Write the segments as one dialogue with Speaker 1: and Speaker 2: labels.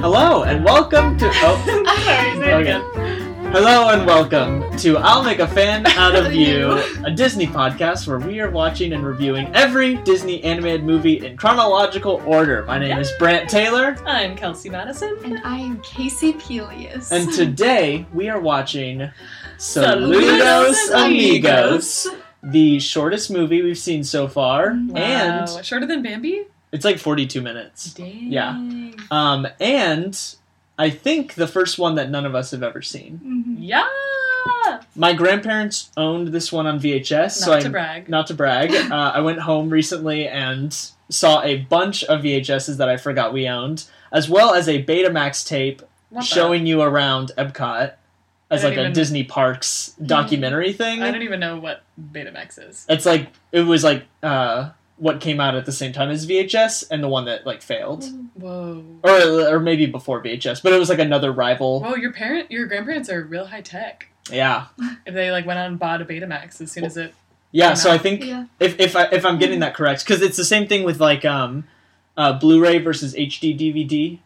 Speaker 1: Hello and welcome to. Oh,
Speaker 2: I'm sorry, say it
Speaker 1: Okay.
Speaker 2: again.
Speaker 1: hello and welcome to I'll Make a Fan Out of You, a Disney podcast where we are watching and reviewing every Disney animated movie in chronological order. My name is Brant Taylor,
Speaker 2: I'm Kelsey Madison.
Speaker 3: And I am Casey Pelias.
Speaker 1: and today we are watching
Speaker 2: Saludos,
Speaker 1: Saludos Amigos, the shortest movie we've seen so far, and
Speaker 2: Wow, shorter than Bambi.
Speaker 1: it's like 42 minutes.
Speaker 2: Dang.
Speaker 1: Yeah. Um, and I think the first one that none of us have ever seen.
Speaker 3: Mhm.
Speaker 2: Yeah.
Speaker 1: My grandparents owned this one on VHS, so
Speaker 2: Not
Speaker 1: I
Speaker 2: to brag.
Speaker 1: not to brag, uh, I went home recently and saw a bunch of VHSs that I forgot we owned, as well as a Betamax tape
Speaker 2: What the-
Speaker 1: showing you around Epcot as
Speaker 2: I
Speaker 1: like
Speaker 2: don't
Speaker 1: a
Speaker 2: even- Mm-hmm.
Speaker 1: Disney Parks documentary
Speaker 2: I don't
Speaker 1: thing.
Speaker 2: even know what Betamax is.
Speaker 1: It's like it was like uh, what came out at the same time as VHS and the one that like failed,
Speaker 2: Mm-hmm.
Speaker 1: Oh.
Speaker 2: Whoa.
Speaker 1: or or maybe before VHS, but it was like another rival.
Speaker 2: Whoa, your parent, your grandparents are real high tech.
Speaker 1: Yeah,
Speaker 2: If they like went out and bought a Betamax as soon as it.
Speaker 1: yeah.
Speaker 2: Came
Speaker 1: So I
Speaker 2: out.
Speaker 1: think
Speaker 3: Yeah. Mm-hmm.
Speaker 1: if if I if I'm getting that correct, because it's the same thing with like um, uh, Blu-ray versus HD DVD.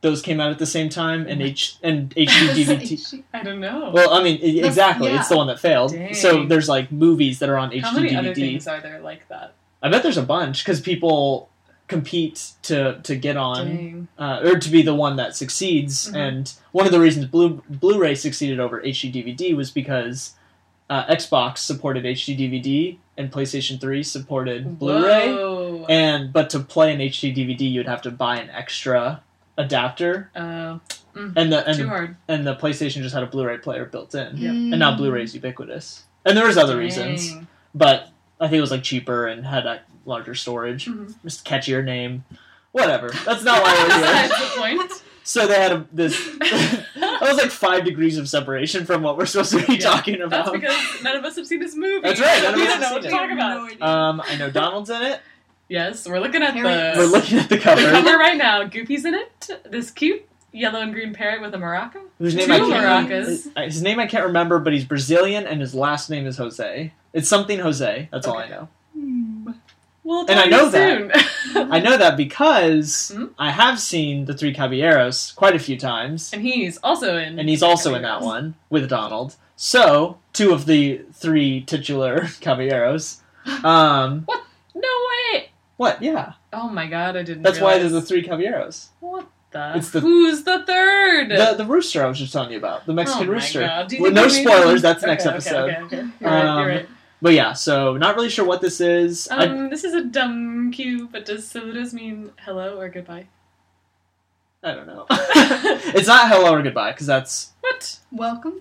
Speaker 1: Those came out at the same time, and
Speaker 2: Mm-hmm.
Speaker 1: H and HD DVD.
Speaker 2: I don't know.
Speaker 1: well, I mean, i-
Speaker 3: That's-
Speaker 1: exactly. It's the one that failed. So
Speaker 2: Dang.
Speaker 1: there's like movies that are on
Speaker 2: How
Speaker 1: HD
Speaker 2: many other
Speaker 1: DVD.
Speaker 2: things are there like that?
Speaker 1: I bet there's a bunch because people compete to to get on
Speaker 2: Dang.
Speaker 1: uh, or to be the one that succeeds.
Speaker 2: Mhm.
Speaker 1: And one of the reasons Blu Blu-ray succeeded over HD DVD was because uh, Xbox supported HD DVD and PlayStation Three supported Blu-ray.
Speaker 2: Whoa.
Speaker 1: And but to play an HD DVD, you'd have to buy an extra adapter,
Speaker 2: Uh,
Speaker 1: and the and,
Speaker 2: too
Speaker 1: the-
Speaker 2: hard.
Speaker 1: and the PlayStation just had a Blu-ray player built in,
Speaker 2: Yep.
Speaker 1: and now Blu-ray's ubiquitous. And there was other
Speaker 2: Mm. Dang.
Speaker 1: reasons, but I think it was like cheaper and had a larger storage,
Speaker 3: Mm-hmm.
Speaker 2: Mhm.
Speaker 1: just catchier name, whatever. That's not why we're here.
Speaker 2: Besides the point.
Speaker 1: So they had a, this. that was like five degrees of separation from what we're supposed to be
Speaker 2: Yeah,
Speaker 1: talking
Speaker 2: That's
Speaker 1: about.
Speaker 2: because none of us have seen this movie.
Speaker 1: That's right, none of
Speaker 2: we
Speaker 1: us
Speaker 2: don't know
Speaker 1: have
Speaker 2: what to
Speaker 1: seen
Speaker 2: talk about.
Speaker 1: um, I know Donald's in it.
Speaker 2: Yes, we're looking at
Speaker 3: Parrots.
Speaker 2: the,
Speaker 1: We're looking at the
Speaker 2: the
Speaker 1: cover,
Speaker 2: cover right now. Goofy's in it. This cute yellow and green parrot with a maraca.
Speaker 1: whose name
Speaker 2: Two
Speaker 1: I can't
Speaker 2: maracas.
Speaker 1: Uh, His name I can't remember, but he's Brazilian and his last name is Jose. It's something Jose. That's all I
Speaker 2: Okay.
Speaker 1: know.
Speaker 3: Hmm.
Speaker 2: Well,
Speaker 1: And I know
Speaker 2: that. Soon.
Speaker 1: I know that because
Speaker 2: Hmm?
Speaker 1: I have seen The Three Caballeros quite a few times,
Speaker 2: and he's also in.
Speaker 1: and he's also in that one with Donald. So, two of the three titular Caballeros. Um,
Speaker 2: No way!
Speaker 1: what? Yeah.
Speaker 2: Oh my god, I didn't.
Speaker 1: That's why
Speaker 2: realize.
Speaker 1: there's the Three Caballeros.
Speaker 2: What the?
Speaker 1: It's the-
Speaker 2: Who's the third?
Speaker 1: The, the rooster I was just telling you about, the Mexican
Speaker 2: oh
Speaker 1: rooster.
Speaker 2: My god. Do you
Speaker 1: Well,
Speaker 2: think
Speaker 1: no
Speaker 2: we need-
Speaker 1: spoilers, that's
Speaker 2: okay,
Speaker 1: next
Speaker 2: okay,
Speaker 1: episode.
Speaker 2: Okay, okay. You're right, you're
Speaker 1: Um,
Speaker 2: right.
Speaker 1: But yeah, so not really sure what this is. I-
Speaker 2: Um, this is a dumb cue, but does saludos mean hello or goodbye?
Speaker 1: I don't know. it's not hello or goodbye because that's
Speaker 2: What?
Speaker 3: Welcome.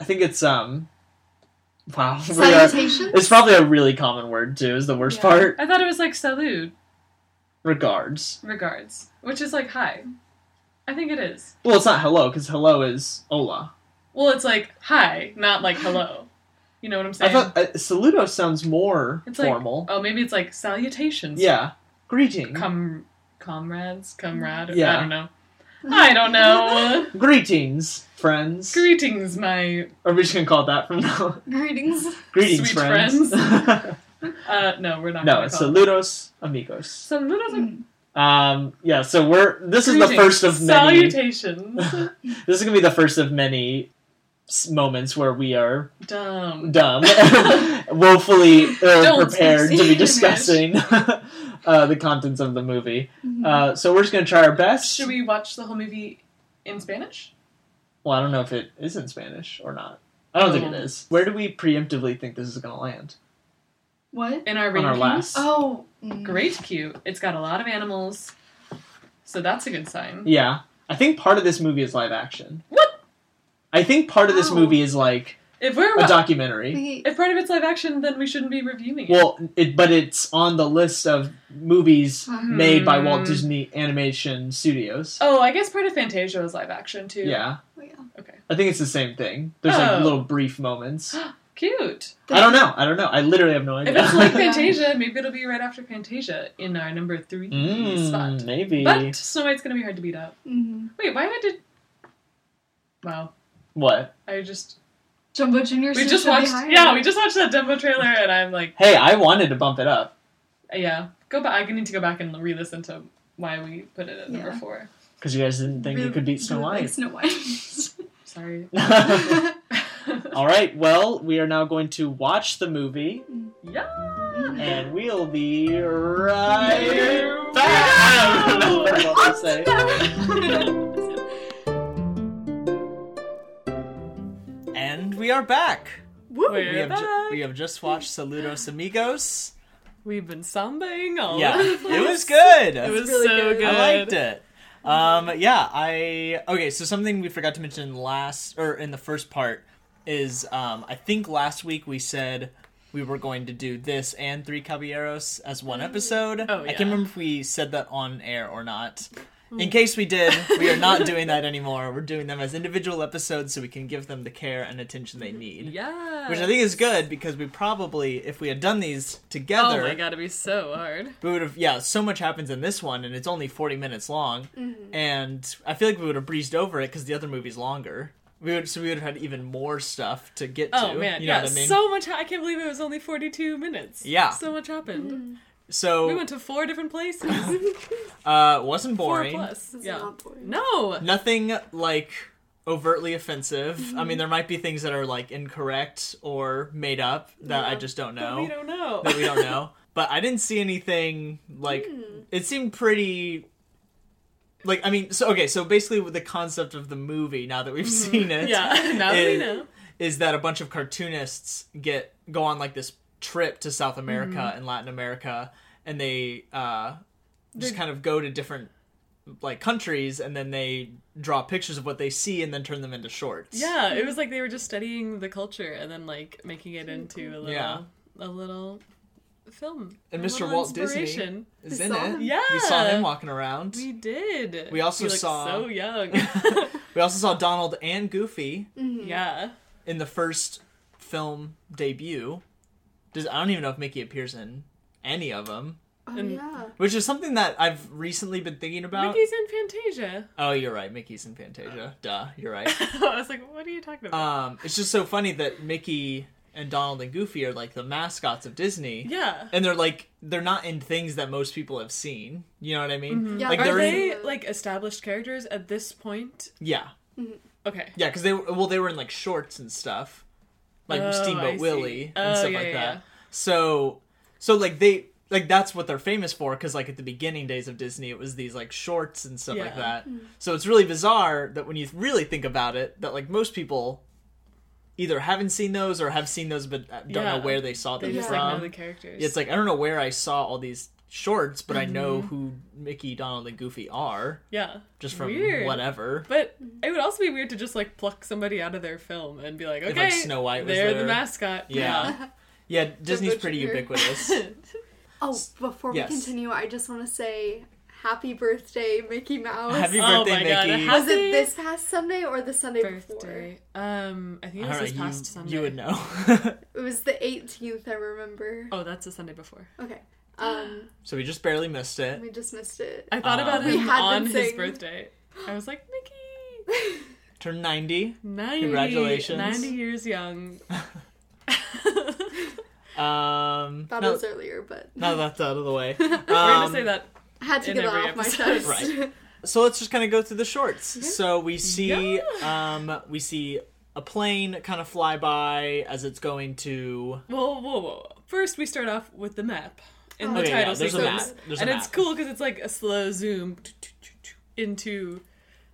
Speaker 1: I think it's um. Wow. we are-
Speaker 3: Salutation.
Speaker 1: it's probably a really common word too. Is the worst
Speaker 3: Yeah.
Speaker 1: part.
Speaker 2: I thought it was like salud,
Speaker 1: Regards.
Speaker 2: regards, which is like hi. I think it is.
Speaker 1: Well, it's not hello because hello is hola.
Speaker 2: Well, it's like hi, not like hello. You know what I'm
Speaker 1: I
Speaker 2: saying?
Speaker 1: thought uh, saludo sounds more
Speaker 2: It's like-
Speaker 1: formal.
Speaker 2: oh, maybe it's like salutations.
Speaker 1: yeah. Greeting.
Speaker 2: Com- comrades, comrade.
Speaker 1: Yeah.
Speaker 2: I don't know. I don't know.
Speaker 1: Greetings, friends.
Speaker 2: Greetings, my.
Speaker 1: or we just gonna call it that from now. on.
Speaker 3: Greetings.
Speaker 1: Greetings,
Speaker 2: Sweet
Speaker 1: friends.
Speaker 2: Uh, no, we're not.
Speaker 1: no,
Speaker 2: gonna
Speaker 1: it's
Speaker 2: call it.
Speaker 1: saludos amigos.
Speaker 2: Saludos.
Speaker 3: Mm.
Speaker 1: Um, yeah. So we're this is the
Speaker 2: Greetings,
Speaker 1: first of many.
Speaker 2: Salutations.
Speaker 1: this is gonna be the first of many s- moments where we are
Speaker 2: Dumb.
Speaker 1: dumb, woefully ill
Speaker 2: Don't
Speaker 1: prepared to
Speaker 2: speak
Speaker 1: be
Speaker 2: English.
Speaker 1: discussing uh, the contents of the movie.
Speaker 3: Hmm.
Speaker 1: Uh, so we're just going to try our best.
Speaker 2: Should we watch the whole movie in Spanish?
Speaker 1: Well, I don't know if it is in Spanish or not. I don't think
Speaker 2: Oh.
Speaker 1: it is. Where do we preemptively think this is going to land?
Speaker 3: what?
Speaker 2: In our
Speaker 1: On
Speaker 2: rankings?
Speaker 1: our last.
Speaker 3: Oh. mm.
Speaker 2: Great cute. It's got a lot of animals. So that's a good sign.
Speaker 1: Yeah. I think part of this movie is live action.
Speaker 2: What?
Speaker 1: I think part of this
Speaker 3: Wow.
Speaker 1: movie is like
Speaker 2: If we're
Speaker 1: a documentary.
Speaker 3: hmm. Wait.
Speaker 2: if part of it's live action, then we shouldn't be reviewing it.
Speaker 1: Well, it, but it's on the list of movies
Speaker 3: Hmm.
Speaker 1: made by Walt Disney Animation Studios.
Speaker 2: Mm-hmm. oh, I guess part of Fantasia was live action too.
Speaker 1: Yeah.
Speaker 3: Wait,
Speaker 2: Okay.
Speaker 1: I think it's the same thing. There's like
Speaker 2: Oh.
Speaker 1: little brief moments.
Speaker 2: Cute.
Speaker 1: I don't know. I don't know. I literally have no
Speaker 2: If
Speaker 1: idea.
Speaker 2: it's like
Speaker 3: Yeah.
Speaker 2: Fantasia, maybe it'll be right after Fantasia in our number three
Speaker 1: Mm,
Speaker 2: spot.
Speaker 1: maybe.
Speaker 2: But Snow White's gonna be hard to beat out.
Speaker 3: Mhm.
Speaker 2: Wait, why did Wow.
Speaker 1: What?
Speaker 2: I just
Speaker 3: Jumbo Junior.
Speaker 2: we just watched yeah, we just watched that demo trailer and I'm like
Speaker 1: Hey, I wanted to bump it up.
Speaker 2: yeah. Go back I need to go back and re listen to why we put it at number
Speaker 3: Yeah.
Speaker 2: four.
Speaker 1: Because you guys didn't think you could beat Snow
Speaker 3: Like
Speaker 1: White.
Speaker 3: Snow White.
Speaker 2: Sorry.
Speaker 1: All right, well, we are now going to watch the movie,
Speaker 2: yeah.
Speaker 1: and we'll be right
Speaker 2: Yeah.
Speaker 1: back. I don't remember what I was saying. And we are back.
Speaker 3: Woo.
Speaker 2: Wait.
Speaker 1: We have, ju-
Speaker 2: back.
Speaker 1: we have just watched Saludos Amigos.
Speaker 2: We've been sambaing all
Speaker 1: Yeah,
Speaker 2: over the place.
Speaker 1: it was good.
Speaker 2: Oh. It was
Speaker 3: really
Speaker 2: so
Speaker 3: good.
Speaker 2: good.
Speaker 1: I liked it. Um, yeah, I okay. So something we forgot to mention last or in the first part is um, I think last week we said we were going to do this and Three Caballeros as one episode.
Speaker 2: Oh,
Speaker 1: I can't
Speaker 2: yeah. Hmm.
Speaker 1: remember if we said that on air or not. In case we did, we are not doing that anymore. We're doing them as individual episodes so we can give them the care and attention they need.
Speaker 2: Yeah.
Speaker 1: Which I think is good because we probably, if we had done these
Speaker 2: Oh
Speaker 1: together,
Speaker 2: my god, it'd be so hard.
Speaker 1: we would have yeah so much happens in this one and it's only 40 minutes long
Speaker 2: Mm-hmm.
Speaker 1: and i feel like we would have breezed over it because the other movie's longer we would so we would have had even more stuff to get to
Speaker 2: Oh man,
Speaker 1: you know
Speaker 2: yeah,
Speaker 1: what i mean
Speaker 2: so much. I can't believe it was only forty-two minutes.
Speaker 1: Yeah.
Speaker 2: so much happened.
Speaker 1: so
Speaker 2: We went to four different places.
Speaker 1: uh wasn't
Speaker 2: four
Speaker 1: boring
Speaker 2: plus.
Speaker 3: It's
Speaker 2: Yeah.
Speaker 3: not boring.
Speaker 2: No.
Speaker 1: nothing like overtly offensive
Speaker 2: Mm-hmm.
Speaker 1: i mean there might be things that are like incorrect or made up that i
Speaker 3: Yeah.
Speaker 1: just don't
Speaker 2: But
Speaker 1: know
Speaker 2: we don't know.
Speaker 1: that we don't know. But I didn't see anything like
Speaker 2: Hmm.
Speaker 1: it seemed pretty like I mean so okay, so basically with the concept of the movie now that we've seen it is
Speaker 2: Mm-hmm. yeah. Now that we
Speaker 1: It-
Speaker 2: know.
Speaker 1: that a bunch of cartoonists get go on like this trip to South America
Speaker 2: Mm-hmm.
Speaker 1: and Latin America and they uh just
Speaker 2: They-
Speaker 1: kind of go to different like countries and then they draw pictures of what they see and then turn them into shorts.
Speaker 2: Yeah, it was like they were just studying the culture and then like making it into a little
Speaker 1: Yeah.
Speaker 2: a little film.
Speaker 1: And
Speaker 2: a
Speaker 1: Mr.
Speaker 2: little
Speaker 1: Walt Disney.
Speaker 2: inspiration.
Speaker 1: Is
Speaker 3: We
Speaker 1: in
Speaker 3: saw
Speaker 1: it.
Speaker 3: him.
Speaker 2: Yeah.
Speaker 1: We saw him walking around.
Speaker 2: We did.
Speaker 1: We also
Speaker 2: He looked
Speaker 1: saw-
Speaker 2: so young.
Speaker 1: we also saw Donald and Goofy
Speaker 3: Hmm.
Speaker 2: yeah.
Speaker 1: in the first film debut. Does I don't even know if Mickey appears in any of them,
Speaker 3: Oh,
Speaker 2: And-
Speaker 3: yeah.
Speaker 1: which is something that I've recently been thinking about.
Speaker 2: Mickey's in Fantasia.
Speaker 1: oh, you're right, Mickey's in Fantasia. Duh, you're right.
Speaker 2: I was like, what are you talking about?
Speaker 1: um, it's just so funny that Mickey and Donald and Goofy are like the mascots of Disney.
Speaker 2: yeah.
Speaker 1: And they're like they're not in things that most people have seen. You know what I mean?
Speaker 3: Yeah, uh,
Speaker 1: Like
Speaker 2: Are
Speaker 1: they're in,
Speaker 2: they
Speaker 3: in-
Speaker 2: like established characters at this point?
Speaker 1: yeah,
Speaker 2: Okay.
Speaker 1: yeah, because they were well they were in like shorts and stuff, like
Speaker 2: Oh, I see.
Speaker 1: Steamboat Willie
Speaker 2: Oh,
Speaker 1: and stuff
Speaker 2: yeah,
Speaker 1: like
Speaker 2: yeah,
Speaker 1: that.
Speaker 2: yeah.
Speaker 1: So, so like they like that's what they're famous for because like at the beginning days of Disney, it was these like shorts and stuff like
Speaker 2: Yeah.
Speaker 1: that. So it's really bizarre that when you really think about it, that like most people either haven't seen those or have seen those but uh, don't
Speaker 2: Yeah.
Speaker 1: know where they saw
Speaker 2: They
Speaker 1: them
Speaker 2: just
Speaker 1: from.
Speaker 2: like know the characters.
Speaker 1: it's like I don't know where I saw all these shorts, but I know
Speaker 2: Mm-hmm.
Speaker 1: who Mickey, Donald, and Goofy are
Speaker 2: yeah.
Speaker 1: just from
Speaker 2: Weird.
Speaker 1: whatever.
Speaker 2: But it would also be weird to just like pluck somebody out of their film and be like, okay,
Speaker 1: like, Snow White was
Speaker 2: they're
Speaker 1: there.
Speaker 2: the mascot.
Speaker 1: Yeah. Yeah, Disney's
Speaker 3: butcher
Speaker 1: pretty
Speaker 3: here.
Speaker 1: ubiquitous.
Speaker 2: Yeah.
Speaker 3: Oh, before we
Speaker 1: Yes.
Speaker 3: continue, I just want to say happy birthday, Mickey Mouse.
Speaker 1: Happy
Speaker 2: Oh
Speaker 1: birthday,
Speaker 2: my God,
Speaker 1: Mickey.
Speaker 2: happy
Speaker 3: Was it this past Sunday or the Sunday
Speaker 2: birthday. Um, I think it
Speaker 1: I don't
Speaker 2: was this
Speaker 1: know, you,
Speaker 2: past Sunday.
Speaker 1: you would know.
Speaker 3: before? It was the 18th, I remember.
Speaker 2: Oh, that's the Sunday before.
Speaker 3: Okay. Um,
Speaker 1: so we just barely missed it.
Speaker 3: we just missed it.
Speaker 2: I thought
Speaker 1: Uh,
Speaker 2: about
Speaker 1: We
Speaker 2: him
Speaker 3: had
Speaker 2: on
Speaker 3: been
Speaker 2: his
Speaker 3: saying-
Speaker 2: birthday. I was like, Mickey,
Speaker 1: Turned 90.
Speaker 2: 90,
Speaker 1: Congratulations.
Speaker 2: 90 years young.
Speaker 1: Um,
Speaker 3: thought
Speaker 1: now,
Speaker 3: it was earlier, but
Speaker 1: now that's out of the way.
Speaker 2: We're
Speaker 1: Um,
Speaker 2: gonna say that.
Speaker 3: I had to
Speaker 2: in
Speaker 3: get that
Speaker 2: every
Speaker 3: off my chest.
Speaker 2: episode.
Speaker 1: Right. So let's just kind of go through the shorts. So we see, um, we see a plane kind of fly by as it's going to.
Speaker 2: Whoa, whoa, whoa! First, we start off with the map in the
Speaker 1: Okay, Oh, yeah,
Speaker 2: title
Speaker 1: there's a
Speaker 2: sequence,
Speaker 1: map. There's a
Speaker 2: and it's
Speaker 1: map.
Speaker 2: cool because it's like a slow zoom into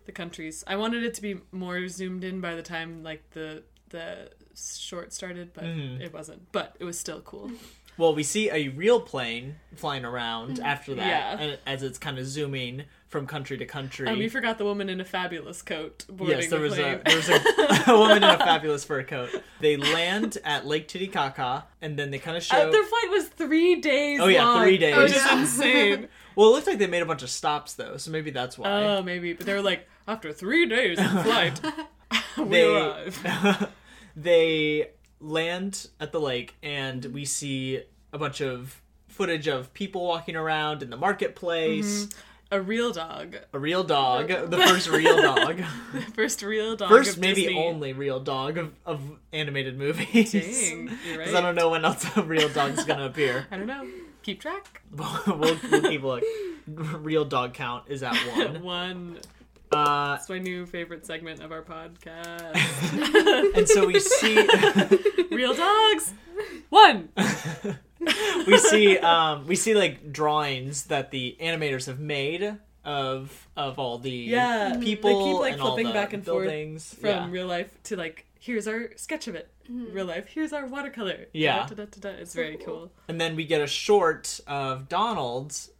Speaker 2: the countries. I wanted it to be more zoomed in by the time like the the short started, but
Speaker 1: Mm-hmm.
Speaker 2: it wasn't. But it was still cool.
Speaker 1: Well, we see a real plane flying around after that,
Speaker 2: Mm-hmm. Yeah.
Speaker 1: and as it's kind of zooming from country to country.
Speaker 2: And we Um, forgot the woman in a fabulous coat boarding
Speaker 1: Yes, there
Speaker 2: the
Speaker 1: was
Speaker 2: plane.
Speaker 1: a there was a, a woman in a fabulous fur coat. They land at Lake Titicaca, and then they kind of show.
Speaker 2: Uh, their flight was three days.
Speaker 1: Oh, yeah,
Speaker 2: long,
Speaker 1: three days.
Speaker 2: which
Speaker 3: Yeah.
Speaker 2: is insane.
Speaker 1: Well, it looked like they made a bunch of stops though, so maybe that's why.
Speaker 2: Oh, maybe, but they were like, after three days of flight, we
Speaker 1: they
Speaker 2: arrived.
Speaker 1: they land at the lake, and we see a bunch of footage of people walking around in the marketplace.
Speaker 2: Mm-hmm. A real dog,
Speaker 1: A real dog, the first real dog,
Speaker 2: the first real dog.
Speaker 1: first
Speaker 2: of
Speaker 1: maybe
Speaker 2: Disney.
Speaker 1: only real dog of, of animated movies.
Speaker 2: Dang, you're right.
Speaker 1: Because I don't know when else a real dog's gonna appear.
Speaker 2: I don't know. keep track.
Speaker 1: we'll, we'll keep a look. Real dog count is at one.
Speaker 2: One.
Speaker 1: Uh,
Speaker 2: That's my new favorite segment of our podcast.
Speaker 1: and so we see
Speaker 2: Real dogs. One.
Speaker 1: we see um, we see like drawings that the animators have made of of all the
Speaker 2: Yeah, they
Speaker 1: people
Speaker 2: keep, like,
Speaker 1: and all
Speaker 2: flipping
Speaker 1: the
Speaker 2: back and forth
Speaker 1: buildings
Speaker 2: from
Speaker 1: Yeah.
Speaker 2: real life to like here's our sketch of it real life here's our watercolor
Speaker 1: Yeah.
Speaker 2: Da, da, da, da, da. it's very cool
Speaker 1: and then we get a short of Donald's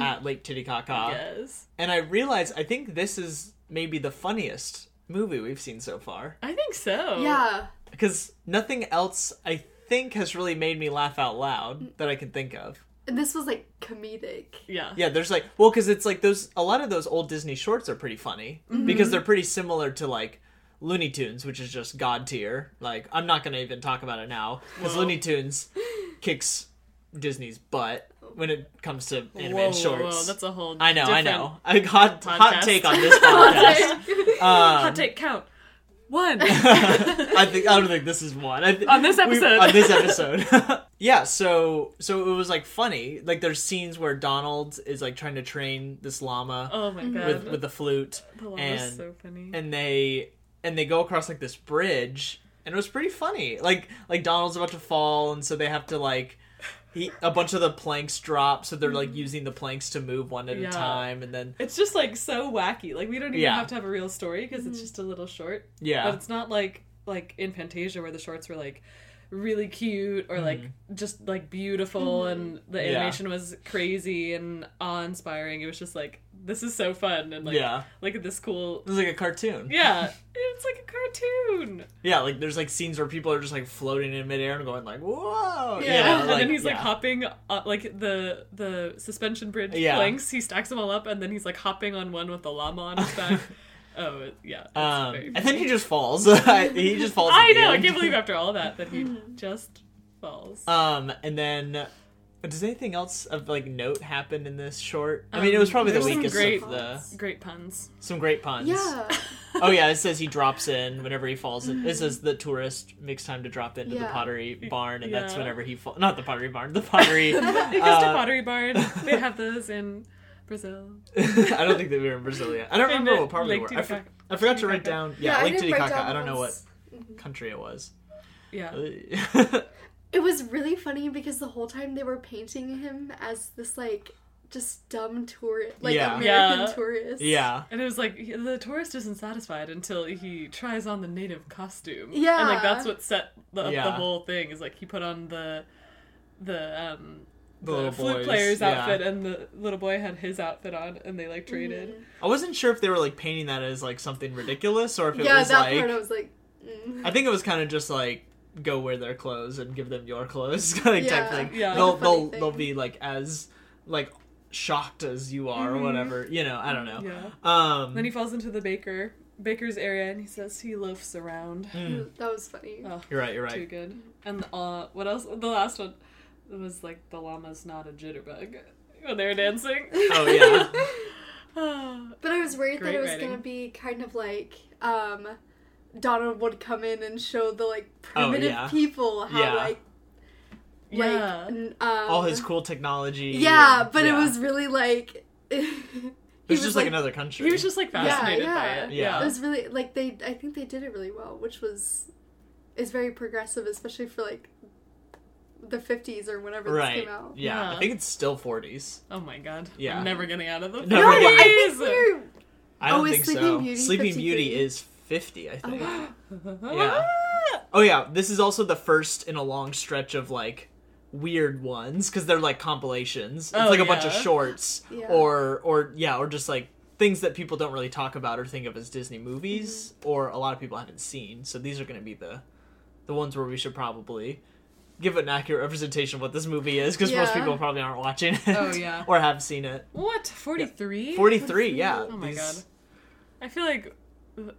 Speaker 1: at Lake Titicaca
Speaker 2: yes
Speaker 1: and I realize I think this is maybe the funniest movie we've seen so far
Speaker 2: i think so
Speaker 1: Oh.
Speaker 3: Yeah.
Speaker 1: because nothing else I think has really made me laugh out loud that I can think of
Speaker 3: And this was like comedic.
Speaker 2: yeah
Speaker 1: Yeah, there's like well, because it's like those a lot of those old Disney shorts are pretty funny
Speaker 2: Mm-hmm.
Speaker 1: because they're pretty similar to like Looney Tunes, which is just god tier. Like I'm not gonna even talk about it now because Looney Tunes kicks Disney's butt when it comes to animated
Speaker 2: whoa,
Speaker 1: shorts.
Speaker 2: whoa whoa that's a whole
Speaker 1: I know, I
Speaker 2: different
Speaker 1: know. A hot, hot
Speaker 2: podcast.
Speaker 1: take on this podcast. Um,
Speaker 2: hot take count one
Speaker 1: I think I don't think this is one. I th-
Speaker 2: On this
Speaker 1: we-
Speaker 2: episode.
Speaker 1: on this episode. yeah, so so it was like funny. Like there's scenes where Donald is like trying to train this llama.
Speaker 2: oh my god
Speaker 1: with with the flute
Speaker 2: the llama's
Speaker 1: and
Speaker 2: so funny
Speaker 1: and they and they go across like this bridge and it was pretty funny like like donald's about to fall and so they have to like he, a bunch of the planks drop so they're like using the planks to move one at
Speaker 2: Mm-hmm. Yeah.
Speaker 1: a time and then
Speaker 2: it's just like so wacky like we don't even
Speaker 1: Yeah.
Speaker 2: have to have a real story because it's just a little short but
Speaker 1: yeah
Speaker 2: it's not like like in Fantasia where the shorts were like really cute or like just like beautiful and the
Speaker 1: Mm-hmm. Yeah.
Speaker 2: animation was crazy and awe-inspiring. It was just like this is so fun and like
Speaker 1: yeah
Speaker 2: look at this cool
Speaker 1: it was like a cartoon yeah.
Speaker 2: yeah it's like a cartoon
Speaker 1: like there's like scenes where people are just like floating in midair and going like whoa you know,
Speaker 2: and then he's like
Speaker 1: yeah.
Speaker 2: hopping on, like the the suspension bridge
Speaker 1: Yeah.
Speaker 2: planks he stacks them all up and then he's like hopping on one with the llama on his back oh it- yeah it's
Speaker 1: um,
Speaker 2: very
Speaker 1: and then he just falls he just falls at
Speaker 2: I
Speaker 1: the
Speaker 2: know I
Speaker 1: end.
Speaker 2: can't believe after all that that he just falls
Speaker 1: Um, and then does anything else of like note happen in this short? I mean, it was
Speaker 2: Um,
Speaker 1: probably the
Speaker 2: there's some
Speaker 1: weakest
Speaker 2: great-
Speaker 1: of the
Speaker 2: Great puns.
Speaker 1: some great puns.
Speaker 3: Yeah.
Speaker 1: Oh yeah, it says he drops in whenever he falls. In. It says the tourist makes time to drop into the
Speaker 3: Yeah.
Speaker 1: pottery barn, and that's
Speaker 2: Yeah.
Speaker 1: whenever he falls. Not the pottery barn, the pottery.
Speaker 2: It goes to
Speaker 1: uh,
Speaker 2: Pottery Barn. They have those in Brazil.
Speaker 1: I don't think that we were in Brasilia. I don't
Speaker 2: And
Speaker 1: remember
Speaker 2: the
Speaker 1: what part we
Speaker 2: Lake
Speaker 1: were. I, for-
Speaker 2: Titicaca.
Speaker 1: I forgot to write
Speaker 2: Titicaca.
Speaker 1: down. Yeah, Lake
Speaker 3: didn't write
Speaker 1: Titicaca.
Speaker 3: down
Speaker 1: I don't know what
Speaker 3: once.
Speaker 1: country it was.
Speaker 2: Yeah.
Speaker 3: It was really funny because the whole time they were painting him as this like just dumb tourist, like
Speaker 1: Yeah.
Speaker 3: American
Speaker 2: Yeah.
Speaker 3: tourist.
Speaker 1: yeah.
Speaker 2: And it was like he- the tourist isn't satisfied until he tries on the native costume.
Speaker 3: Yeah.
Speaker 2: And like that's what set the, up the
Speaker 1: Yeah.
Speaker 2: whole thing is like he put on the the um
Speaker 1: The little
Speaker 2: flute
Speaker 1: boys,
Speaker 2: player's
Speaker 1: yeah.
Speaker 2: outfit and the little boy had his outfit on and they like traded.
Speaker 1: I wasn't sure if they were like painting that as like something ridiculous or if it
Speaker 3: yeah,
Speaker 1: was
Speaker 3: that
Speaker 1: like
Speaker 3: part I was like, mm.
Speaker 1: I think it was kind of just like go wear their clothes and give them your clothes kind of
Speaker 3: Yeah.
Speaker 1: type thing.
Speaker 2: Yeah.
Speaker 1: They'll
Speaker 3: That's a funny
Speaker 1: they'll
Speaker 3: thing.
Speaker 1: they'll be like as like shocked as you are
Speaker 3: Mm-hmm.
Speaker 1: or whatever. You know, I don't know.
Speaker 2: Yeah.
Speaker 1: Um
Speaker 2: Then he falls into the baker baker's area and he says he loafs around.
Speaker 1: Mm.
Speaker 3: that was funny.
Speaker 2: Oh.
Speaker 1: You're right, you're
Speaker 2: Too
Speaker 1: right.
Speaker 2: good. And uh, what else? The last one was like the llama's not a jitterbug when they were dancing.
Speaker 1: Oh yeah.
Speaker 2: Ah,
Speaker 3: But I was worried that
Speaker 2: Great
Speaker 3: it was
Speaker 2: writing.
Speaker 3: gonna be kind of like um, Donald would come in and show the like
Speaker 1: Oh,
Speaker 3: primitive
Speaker 1: yeah.
Speaker 3: people how
Speaker 1: Yeah.
Speaker 3: like
Speaker 2: yeah.
Speaker 3: like n- um,
Speaker 1: All his cool technology.
Speaker 3: yeah,
Speaker 1: and-
Speaker 3: but
Speaker 1: yeah.
Speaker 3: it was really like it
Speaker 1: It was just like, another country.
Speaker 2: he was just like fascinated
Speaker 3: yeah.
Speaker 2: by it.
Speaker 1: Yeah.
Speaker 3: It was really like they. I think they did it really well, which was is very progressive, especially for like the fifties or whenever this
Speaker 1: right.
Speaker 3: came out.
Speaker 1: Yeah.
Speaker 2: Yeah.
Speaker 1: I think it's still 40s.
Speaker 2: Oh my god.
Speaker 1: Yeah.
Speaker 2: I'm never getting out of the
Speaker 1: No,
Speaker 3: No,
Speaker 1: forget-
Speaker 3: I think we're-
Speaker 1: I
Speaker 3: Oh,
Speaker 1: don't
Speaker 3: is
Speaker 1: think
Speaker 3: Sleeping
Speaker 1: so.
Speaker 3: Beauty
Speaker 1: Sleeping
Speaker 3: 53?
Speaker 1: Beauty is 50, I think.
Speaker 3: oh,
Speaker 1: Yeah. Oh yeah, this is also the first in a long stretch of like weird ones because they're like compilations. It's
Speaker 2: Oh,
Speaker 1: like a bunch of
Speaker 2: yeah.
Speaker 1: shorts
Speaker 3: Yeah.
Speaker 1: or or yeah, or just like things that people don't really talk about or think of as Disney movies or a lot of people haven't seen. So these are going to be the the ones where we should probably give an accurate representation of what this movie is because most
Speaker 3: Yeah.
Speaker 1: people probably aren't watching it
Speaker 2: Oh, yeah.
Speaker 1: or have seen it.
Speaker 2: What? 43?
Speaker 1: 43, yeah.
Speaker 2: Oh my
Speaker 1: these-
Speaker 2: god. I feel like uh,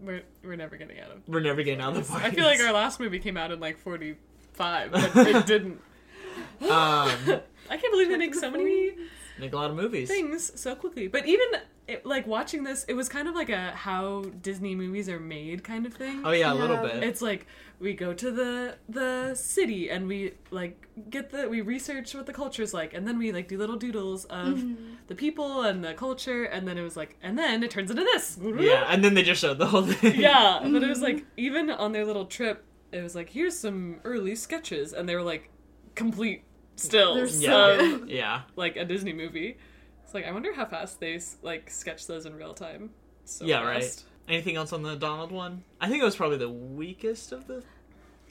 Speaker 2: we're, we're never getting out of
Speaker 1: We're never getting out of the
Speaker 2: I feel like
Speaker 1: 40s.
Speaker 2: our last movie came out in like 45, but it didn't.
Speaker 1: um
Speaker 2: I can't believe they make so many
Speaker 1: Make a lot of movies.
Speaker 2: things so quickly. But even it, like watching this, it was kind of like a how Disney movies are made kind of thing.
Speaker 1: Oh yeah, a little
Speaker 3: Yeah.
Speaker 1: bit.
Speaker 2: It's like we go to the the city and we like get the we research what the culture's like and then we like do little doodles
Speaker 1: um,
Speaker 2: of
Speaker 3: Mm-hmm.
Speaker 2: the people and the culture and then it was like and then it turns into this.
Speaker 1: yeah, and then they just showed the whole thing.
Speaker 2: Yeah, but it was
Speaker 3: Mm-hmm.
Speaker 2: like even on their little trip, it was like here's some early sketches and they were like complete stills
Speaker 3: They're so
Speaker 2: of
Speaker 3: good.
Speaker 1: yeah.
Speaker 2: like a Disney movie. It's like I wonder how fast they like sketch those in real time. So
Speaker 1: Yeah,
Speaker 2: fast.
Speaker 1: right. Anything else on the Donald one? I think it was probably the weakest of the.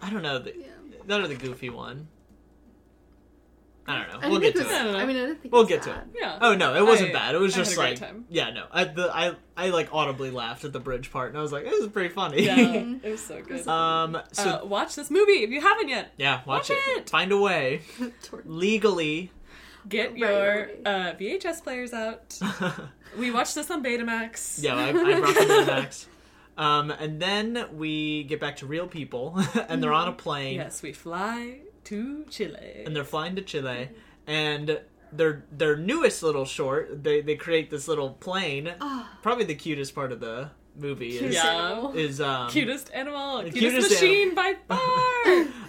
Speaker 1: I don't know. The,
Speaker 3: Yeah.
Speaker 1: That or the goofy one. I don't know.
Speaker 3: I
Speaker 1: we'll
Speaker 3: didn't
Speaker 1: get
Speaker 3: think
Speaker 1: to
Speaker 3: it
Speaker 1: it.
Speaker 3: was, I mean, I didn't think
Speaker 1: We'll
Speaker 3: it was
Speaker 1: get to
Speaker 3: bad.
Speaker 2: Yeah.
Speaker 1: Oh no, it wasn't
Speaker 2: I-
Speaker 1: bad. It was
Speaker 2: I had
Speaker 1: just
Speaker 2: a
Speaker 1: like
Speaker 2: great time.
Speaker 1: yeah, no. I the I I like audibly laughed at the bridge part, and I was like, this is pretty funny.
Speaker 2: Yeah, it was so good.
Speaker 1: um. So
Speaker 2: uh, watch this movie if you haven't yet.
Speaker 1: yeah, watch,
Speaker 2: watch
Speaker 1: it.
Speaker 2: it.
Speaker 1: Find a way
Speaker 3: Torture.
Speaker 1: legally.
Speaker 2: Get
Speaker 3: Right
Speaker 2: your
Speaker 3: away.
Speaker 2: uh, VHS players out.
Speaker 1: yeah,
Speaker 2: We watched this on Betamax.
Speaker 1: I, I brought them to Max. Um, and then we get back to real people, and they're on a plane,
Speaker 2: Yes, we fly to Chile.
Speaker 1: and they're flying to Chile, and their their newest little short, they they create this little plane.
Speaker 3: Ah,
Speaker 1: Probably the cutest part of the movie is
Speaker 3: Cutest
Speaker 2: yeah.
Speaker 1: is um,
Speaker 2: Cutest animal,
Speaker 1: The
Speaker 2: cutest,
Speaker 1: cutest
Speaker 2: machine by far.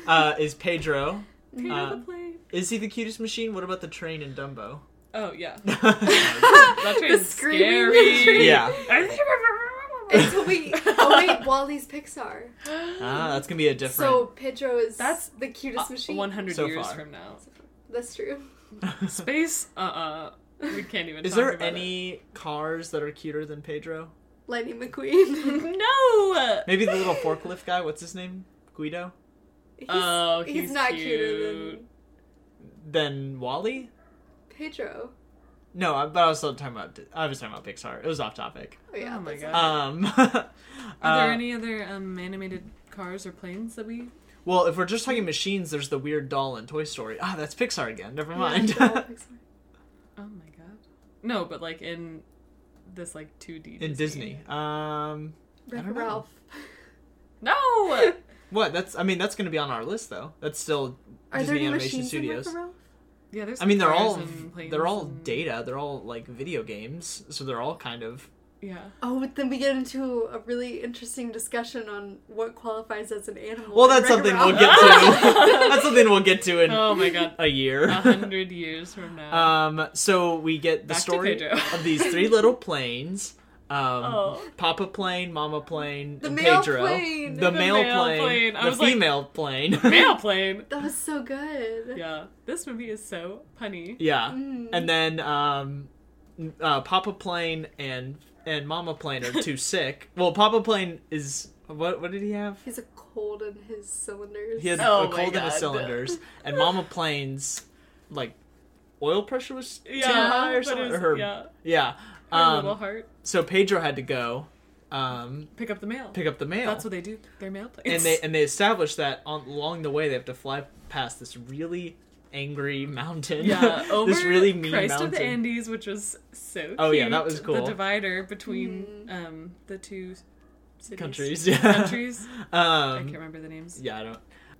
Speaker 1: uh, is Pedro.
Speaker 2: Peter
Speaker 1: Uh,
Speaker 2: the plane.
Speaker 1: Is he the cutest machine? What about the train in Dumbo? Ah,
Speaker 2: Oh yeah,
Speaker 1: yeah.
Speaker 2: that train's
Speaker 3: screaming
Speaker 2: scary.
Speaker 3: train.
Speaker 2: Yeah.
Speaker 3: It's what we. Oh wait, Wally's Pixar.
Speaker 1: Ah, that's gonna be a different.
Speaker 3: So Pedro is
Speaker 2: That's-
Speaker 3: the cutest machine.
Speaker 2: 100
Speaker 1: Uh, So
Speaker 2: years
Speaker 1: far.
Speaker 2: from now.
Speaker 3: That's true.
Speaker 2: Space, uh uh We can't even
Speaker 1: is
Speaker 2: talk
Speaker 1: there
Speaker 2: about
Speaker 1: any cars that are cuter than Pedro?
Speaker 3: Lightning McQueen.
Speaker 2: it. No!
Speaker 1: Maybe the little forklift guy. What's his name? Guido.
Speaker 3: He's,
Speaker 2: Oh,
Speaker 3: he's,
Speaker 2: he's
Speaker 3: not cuter
Speaker 2: cute.
Speaker 3: than
Speaker 1: Then Wally.
Speaker 3: Pedro.
Speaker 1: No, I- but I was still talking about. I was talking about Pixar. It was off topic.
Speaker 3: Oh, yeah,
Speaker 2: Oh my
Speaker 3: that's-
Speaker 2: god.
Speaker 1: Um. uh, Are
Speaker 2: Are there any other um, animated cars or planes that we.
Speaker 1: Well, if we're just talking machines, there's the weird doll in Toy story. Ah, that's Pixar again. Never mind.
Speaker 3: Yeah, all Pixar.
Speaker 2: Oh my god. No, but like in this like 2D.
Speaker 1: in Disney. Um.
Speaker 3: Wreck-It
Speaker 1: don't know.
Speaker 3: Ralph.
Speaker 2: No!
Speaker 1: What? That's. I mean, that's gonna be on our list though. That's still
Speaker 3: Are
Speaker 1: Disney
Speaker 3: there any
Speaker 1: Animation
Speaker 3: machines in
Speaker 1: Studios.
Speaker 3: Wreck-It Ralph?
Speaker 2: Yeah, there's.
Speaker 1: I mean, they're
Speaker 2: cars
Speaker 1: all
Speaker 2: and planes
Speaker 1: they're all
Speaker 2: and-
Speaker 1: data. They're all like video games, so they're all kind of
Speaker 2: Yeah.
Speaker 3: Oh, but then we get into a really interesting discussion on what qualifies as an animal.
Speaker 1: well.
Speaker 3: in
Speaker 1: That's
Speaker 3: Wreck-It
Speaker 1: something we'll
Speaker 3: Ralph.
Speaker 1: get to. that's something we'll get to in
Speaker 2: Oh my god.
Speaker 1: a year.
Speaker 2: A hundred years from now.
Speaker 1: um, so we get the
Speaker 2: Back to
Speaker 1: story
Speaker 2: Pedro.
Speaker 1: of these three little planes. Um,
Speaker 2: Oh.
Speaker 1: Papa plane, Mama plane,
Speaker 3: The
Speaker 1: and
Speaker 3: male
Speaker 1: Pedro.
Speaker 3: plane.
Speaker 1: The,
Speaker 2: The
Speaker 1: male,
Speaker 2: male
Speaker 1: plane,
Speaker 2: plane. I
Speaker 1: the
Speaker 2: was like-
Speaker 1: female plane.
Speaker 2: Mail plane!
Speaker 3: That was so good.
Speaker 2: Yeah. This movie is so punny.
Speaker 1: yeah,
Speaker 3: Mm.
Speaker 1: and then um, uh, Papa plane and and Mama plane are too sick. Well, Papa plane is what? What did he have?
Speaker 3: He's a cold in his cylinders.
Speaker 1: He had
Speaker 2: Oh
Speaker 1: a
Speaker 2: my
Speaker 1: cold in his
Speaker 2: God.
Speaker 1: cylinders, and Mama Plane's like oil pressure was too
Speaker 2: Yeah,
Speaker 1: high or
Speaker 2: but it
Speaker 1: something.
Speaker 2: was-
Speaker 1: or her-
Speaker 2: yeah.
Speaker 1: yeah.
Speaker 2: Her little
Speaker 1: Um,
Speaker 2: heart.
Speaker 1: so Pedro had to go um,
Speaker 2: Pick up the mail.
Speaker 1: pick up the mail,
Speaker 2: That's what they do. They're mail planes.
Speaker 1: and they and they established that on, along the way they have to fly past this really angry mountain.
Speaker 2: Yeah, over
Speaker 1: this really mean
Speaker 2: Christ
Speaker 1: mountain.
Speaker 2: of the Andes, which was so. Cute.
Speaker 1: Oh, yeah, that was
Speaker 2: The
Speaker 1: cool.
Speaker 2: divider between
Speaker 3: Mm.
Speaker 2: um the two cities.
Speaker 1: Countries, yeah.
Speaker 2: countries. I can't
Speaker 1: Um,
Speaker 2: remember the names.
Speaker 1: yeah, I don't.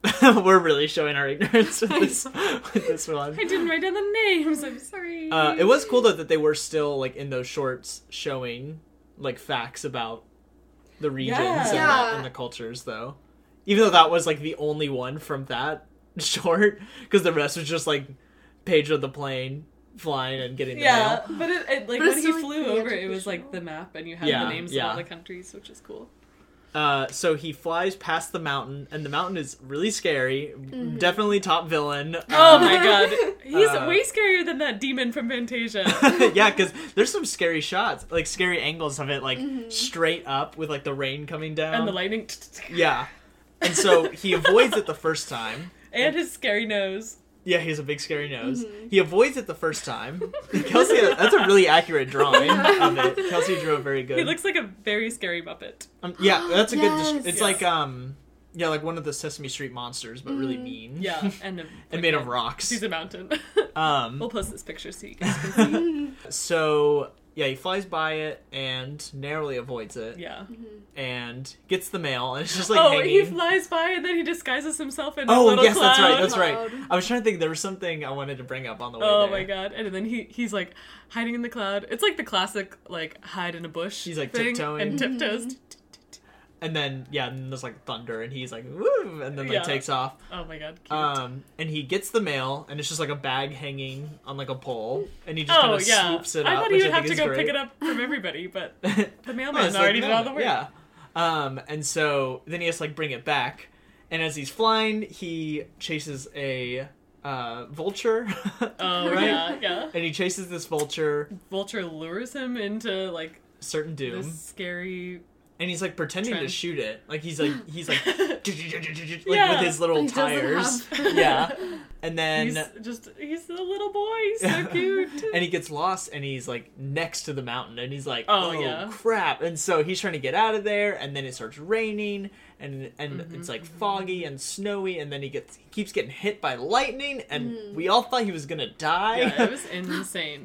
Speaker 1: We're really showing our ignorance with this, with this one.
Speaker 2: I didn't write down the names. I'm sorry.
Speaker 1: Uh, it was cool though that they were still like in those shorts showing like facts about the regions And,
Speaker 3: Yeah.
Speaker 1: the, and the cultures though. Even though that was like the only one from that short, because the rest was just like Pedro the plane flying and getting the
Speaker 2: Yeah,
Speaker 1: mail.
Speaker 2: but it, it
Speaker 3: But
Speaker 2: like when
Speaker 3: it's
Speaker 2: he
Speaker 3: still, like,
Speaker 2: flew
Speaker 3: pretty
Speaker 2: over, it was like
Speaker 3: educational.
Speaker 2: the map, and you had
Speaker 1: Yeah,
Speaker 2: the names
Speaker 1: yeah.
Speaker 2: of all the countries, which is cool.
Speaker 1: Uh, so he flies past the mountain, and the mountain is really scary. Definitely top villain.
Speaker 2: Mm-hmm.
Speaker 1: Um,
Speaker 2: Oh my god, he's
Speaker 1: Uh,
Speaker 2: way scarier than that demon from Fantasia.
Speaker 1: yeah, because there's some scary shots, like scary angles of it, like straight up with like the rain coming down
Speaker 2: Mm-hmm. and the lightning,
Speaker 1: Yeah. And so he avoids it the first time.
Speaker 2: and his scary nose.
Speaker 1: Yeah, he has a big scary nose.
Speaker 3: Mm-hmm.
Speaker 1: He avoids it the first time. Kelsey, that's a really accurate drawing of it. Kelsey drew it very good.
Speaker 2: He looks like a very scary Muppet.
Speaker 1: um, yeah, that's a good.
Speaker 3: Yes.
Speaker 1: Dis- it's like um, yeah, like one of the Sesame Street monsters, but
Speaker 3: Mm.
Speaker 1: really mean.
Speaker 2: Yeah, and a,
Speaker 1: and made of rocks.
Speaker 2: He's a mountain.
Speaker 1: Um,
Speaker 3: Mm-hmm.
Speaker 2: We'll post this picture so you guys can see.
Speaker 1: so yeah, he flies by it and narrowly avoids it
Speaker 2: Yeah.
Speaker 1: and gets the mail and it's just like
Speaker 2: oh,
Speaker 1: hanging.
Speaker 2: he flies by and then he disguises himself in a
Speaker 1: oh
Speaker 2: little
Speaker 1: yes,
Speaker 2: cloud.
Speaker 1: that's right, that's right.
Speaker 3: Cloud.
Speaker 1: I was trying to think. There was something I wanted to bring up on the way.
Speaker 2: Oh
Speaker 1: there.
Speaker 2: my god! And then he he's like hiding in the cloud. It's like the classic like hide in a bush.
Speaker 1: He's, like,
Speaker 2: thing,
Speaker 1: tiptoeing.
Speaker 2: and tiptoes.
Speaker 1: And then yeah, and then there's like thunder and he's like woo, and then like
Speaker 2: Yeah.
Speaker 1: takes off.
Speaker 2: Oh my god! Cute.
Speaker 1: Um, and he gets the mail, and it's just like a bag hanging on like a pole, and he just kind
Speaker 2: oh
Speaker 1: of
Speaker 2: yeah!
Speaker 1: swoops it
Speaker 2: I
Speaker 1: up.
Speaker 2: thought
Speaker 1: which
Speaker 2: he would have
Speaker 1: think
Speaker 2: to
Speaker 1: is
Speaker 2: go
Speaker 1: great.
Speaker 2: pick it up from everybody, but the
Speaker 1: No,
Speaker 2: mailman
Speaker 1: it's
Speaker 2: already
Speaker 1: like,
Speaker 2: did all the
Speaker 1: no,
Speaker 2: work.
Speaker 1: Yeah. Um, and so then he has to like bring it back, and as he's flying, he chases a uh, vulture,
Speaker 2: Oh
Speaker 1: Right?
Speaker 2: yeah, yeah.
Speaker 1: and he chases this vulture,
Speaker 2: Vulture lures him into like
Speaker 1: certain doom,
Speaker 2: this scary.
Speaker 1: and he's like pretending to
Speaker 2: Trench.
Speaker 1: shoot it, like he's like he's like like
Speaker 2: Yeah.
Speaker 1: with his little
Speaker 3: He doesn't
Speaker 1: tires,
Speaker 3: have-
Speaker 1: yeah, and then.
Speaker 2: He's just he's the little boy. He's so cute.
Speaker 1: and he gets lost and he's like next to the mountain and he's like oh,
Speaker 2: Oh, yeah.
Speaker 1: crap and so he's trying to get out of there and then it starts raining and and
Speaker 2: Mm-hmm,
Speaker 1: it's like foggy and snowy and then he gets he keeps getting hit by lightning and we all thought he was gonna die
Speaker 2: Mm-hmm. Yeah, it was insane.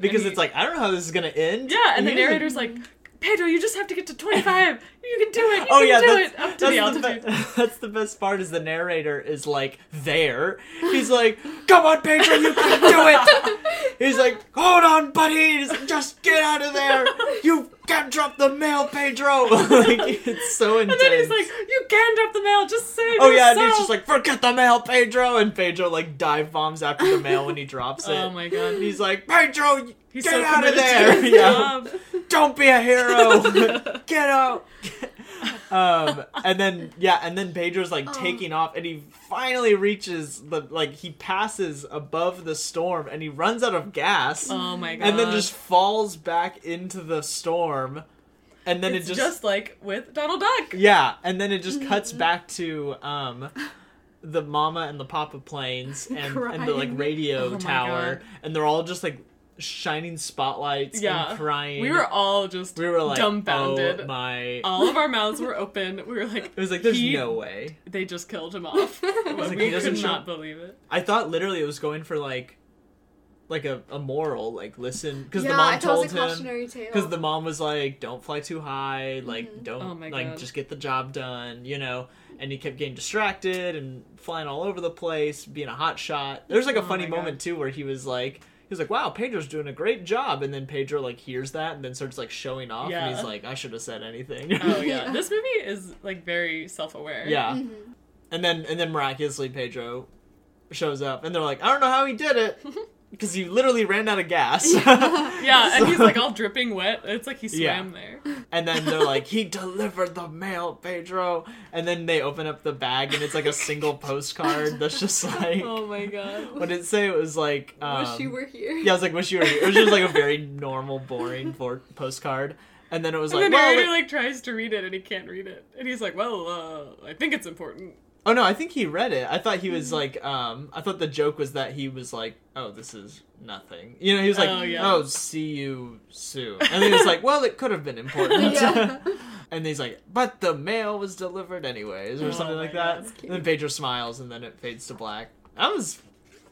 Speaker 1: because
Speaker 2: And he-
Speaker 1: it's like i don't know how this is gonna end
Speaker 2: Yeah, and the
Speaker 1: he doesn't-
Speaker 2: narrator's like, Pedro, you just have to get to 25. You can do it. You
Speaker 1: Oh
Speaker 2: can
Speaker 1: yeah,
Speaker 2: do
Speaker 1: that's,
Speaker 2: it. Up to the
Speaker 1: that's
Speaker 2: altitude.
Speaker 1: be- that's the best part is the narrator is like there. He's like, "Come on, Pedro, you can do it." He's like, "Hold on, buddy, He's like, just get out of there. You can't drop the mail, Pedro." like it's so
Speaker 2: and
Speaker 1: intense.
Speaker 2: then he's like, you can drop the mail. Just save
Speaker 1: "Oh yeah,"
Speaker 2: yourself.
Speaker 1: and he's just like, "Forget the mail, Pedro." And Pedro like dive bombs after the mail when he drops it.
Speaker 2: oh my god.
Speaker 1: And he's like, "Pedro,
Speaker 2: He's
Speaker 1: get
Speaker 2: so
Speaker 1: out of
Speaker 2: committed to Um,
Speaker 1: there."
Speaker 2: his
Speaker 1: yeah.
Speaker 2: job.
Speaker 1: don't be a hero get out um and then yeah and then pedro's like
Speaker 2: Oh.
Speaker 1: taking off and he finally reaches the like he passes above the storm and he runs out of gas
Speaker 2: Oh my god.
Speaker 1: and then just falls back into the storm and then
Speaker 2: It's
Speaker 1: it
Speaker 2: just,
Speaker 1: just,
Speaker 2: like with Donald Duck.
Speaker 1: yeah and then it just cuts back to um the mama and the papa planes and, and the like
Speaker 3: Crying.
Speaker 1: radio
Speaker 2: Oh my
Speaker 1: tower
Speaker 2: God.
Speaker 1: and they're all just like shining spotlights
Speaker 2: Yeah.
Speaker 1: and crying
Speaker 2: We were all just
Speaker 1: we were like
Speaker 2: dumbfounded.
Speaker 1: Oh
Speaker 2: Um,
Speaker 1: my!
Speaker 2: all of our mouths were open. We were like,
Speaker 1: It was like there's
Speaker 2: he-
Speaker 1: no way.
Speaker 2: They just killed him off.
Speaker 1: like, he
Speaker 2: we
Speaker 1: doesn't
Speaker 2: could
Speaker 1: show-
Speaker 2: not believe it.
Speaker 1: I thought literally it was going for like, like a, a moral, like listen, because
Speaker 3: yeah,
Speaker 1: the mom
Speaker 3: I thought it
Speaker 1: told
Speaker 3: was a
Speaker 1: him.
Speaker 3: cautionary tale. Mm-hmm.
Speaker 1: Because the mom was like, "Don't fly too high, like don't,
Speaker 2: Oh my
Speaker 1: like
Speaker 2: God.
Speaker 1: just get the job done," you know. And he kept getting distracted and flying all over the place, being a hot shot. There's like a
Speaker 2: Oh
Speaker 1: funny
Speaker 2: my God.
Speaker 1: moment too where he was like, he was like, "Wow, Pedro's doing a great job," and then Pedro like hears that and then starts like showing off,
Speaker 2: Yeah.
Speaker 1: and he's like, "I should have said anything."
Speaker 2: Oh yeah.
Speaker 3: Yeah.
Speaker 2: This movie is like very self aware.
Speaker 1: Yeah. And then and then miraculously Pedro shows up and they're like, I don't know how he did it because he literally ran out of gas.
Speaker 2: Yeah, and he's like all dripping wet. It's like he swam
Speaker 1: Yeah.
Speaker 2: there.
Speaker 1: and then they're like, he delivered the mail, Pedro. And then they open up the bag and it's like a single postcard that's just like
Speaker 2: Oh my god.
Speaker 1: what did it say? It was like um,
Speaker 3: Wish you were here.
Speaker 1: Yeah, I was like, wish you were here. It was just like a very normal, boring for- postcard. And then it was
Speaker 2: And
Speaker 1: like,
Speaker 2: the
Speaker 1: well,
Speaker 2: narrator
Speaker 1: it-
Speaker 2: like tries to read it and he can't read it, and he's like, "Well, uh, I think it's important."
Speaker 1: Oh no, I think he read it. I thought he was
Speaker 2: Mm-hmm.
Speaker 1: like, um, I thought the joke was that he was like, oh, this is nothing. You know, he was like, oh,
Speaker 2: Oh, yeah.
Speaker 1: see you soon. And then he was like, well, it could have been important.
Speaker 3: Yeah.
Speaker 1: and he's like, but the mail was delivered anyways, or
Speaker 2: Oh
Speaker 1: something
Speaker 2: my
Speaker 1: like
Speaker 2: God,
Speaker 1: that.
Speaker 2: that's
Speaker 1: And then Pedro smiles, and then it fades to black. That was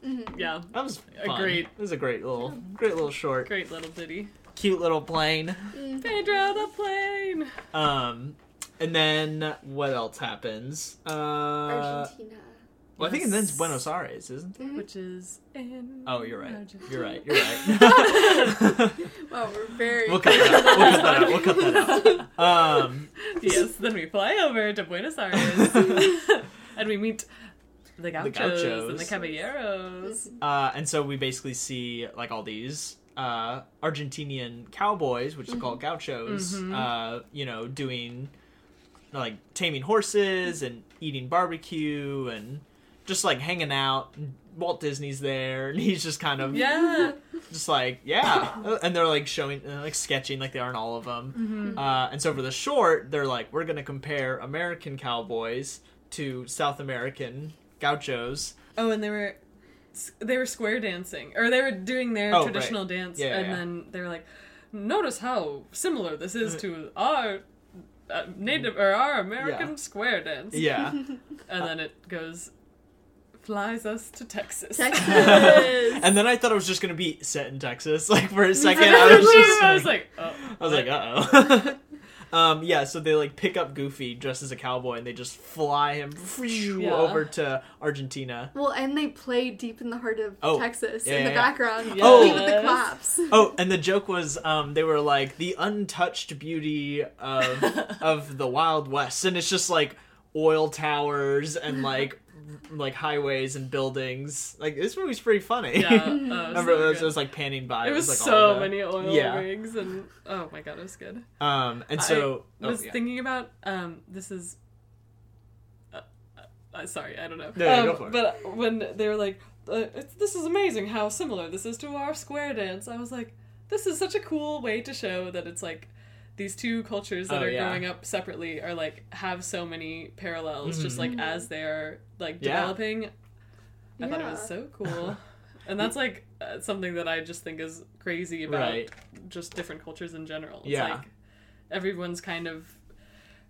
Speaker 3: Mm-hmm.
Speaker 2: Yeah,
Speaker 1: that was
Speaker 2: A
Speaker 1: fun.
Speaker 2: great-
Speaker 1: It was a great little, great little short,
Speaker 2: great little ditty.
Speaker 1: cute little plane.
Speaker 3: Mm.
Speaker 2: Pedro the plane.
Speaker 1: Um, and then what else happens? Uh,
Speaker 3: Argentina.
Speaker 1: well, I think it ends
Speaker 2: Yes.
Speaker 1: Buenos Aires, isn't? it?
Speaker 2: Which is in.
Speaker 1: Oh, you're right.
Speaker 2: Argentina.
Speaker 1: You're right. You're right.
Speaker 3: Wow, we're very.
Speaker 1: we'll cut that out. We'll cut that out. We'll cut that out. Um,
Speaker 2: Yes. Then we fly over to Buenos Aires, and we meet the gauchos, and the
Speaker 1: gauchos.
Speaker 2: caballeros.
Speaker 1: uh, and so we basically see like all these uh, Argentinian cowboys, which are called gauchos, uh, you know, doing like taming horses and eating barbecue and just like hanging out. And Walt Disney's there, and he's just kind of
Speaker 2: Yeah.
Speaker 1: just like yeah and they're like showing uh, like sketching like they aren't all of them
Speaker 2: Mm-hmm.
Speaker 1: uh, and so for the short they're like we're gonna compare american cowboys to south american gauchos
Speaker 2: Oh, and they were they were square dancing, or they were doing their
Speaker 1: Oh, right.
Speaker 2: traditional dance,
Speaker 1: Yeah, yeah,
Speaker 2: and
Speaker 1: yeah.
Speaker 2: then they were like, "Notice how similar this
Speaker 1: Mm.
Speaker 2: is to our uh, native or our American
Speaker 1: Yeah.
Speaker 2: square dance."
Speaker 1: yeah
Speaker 2: and then it goes, flies us to Texas.
Speaker 3: Texas.
Speaker 1: and then i thought it was just gonna be set in texas like for a second
Speaker 2: And
Speaker 1: i
Speaker 2: I
Speaker 1: was
Speaker 2: was,
Speaker 1: just
Speaker 2: I
Speaker 1: like,
Speaker 2: was like, oh,
Speaker 1: I was like, uh oh. um, yeah, so they like pick up Goofy dressed as a cowboy and they just fly him
Speaker 2: Yeah.
Speaker 1: over to Argentina.
Speaker 3: Well, and they play deep in the heart of
Speaker 1: Oh,
Speaker 3: Texas
Speaker 1: yeah,
Speaker 3: in
Speaker 1: yeah,
Speaker 3: the
Speaker 1: yeah.
Speaker 3: background.
Speaker 2: Oh.
Speaker 3: only with the
Speaker 2: Yes.
Speaker 3: claps.
Speaker 1: Oh, and the joke was um, they were like the untouched beauty of of the Wild West, and it's just like oil towers and like like highways and buildings. Like this movie's pretty funny.
Speaker 2: Yeah, oh, it was
Speaker 1: Remember, it
Speaker 2: so
Speaker 1: was,
Speaker 2: good.
Speaker 1: it was, like panning by.
Speaker 2: It was
Speaker 1: like, all
Speaker 2: so
Speaker 1: the-
Speaker 2: many oil
Speaker 1: Yeah.
Speaker 2: rigs and oh my god, it was good.
Speaker 1: Um, and so
Speaker 2: I was
Speaker 1: oh, yeah.
Speaker 2: thinking about um, this is. uh, uh, Sorry, I don't know.
Speaker 1: No, yeah,
Speaker 2: Um,
Speaker 1: go for it.
Speaker 2: But when they were like, uh, it's, "This is amazing! How similar this is to our square dance," I was like, "This is such a cool way to show that it's like these two cultures that
Speaker 1: Oh,
Speaker 2: are
Speaker 1: yeah.
Speaker 2: growing up separately are like have so many parallels, just
Speaker 1: Mhm.
Speaker 2: like as they're like
Speaker 1: Yeah.
Speaker 2: developing." I thought it
Speaker 3: Yeah.
Speaker 2: was so cool, and that's like uh, something that I just think is crazy about
Speaker 1: Right.
Speaker 2: just different cultures in general. It's
Speaker 1: Yeah.
Speaker 2: like everyone's kind of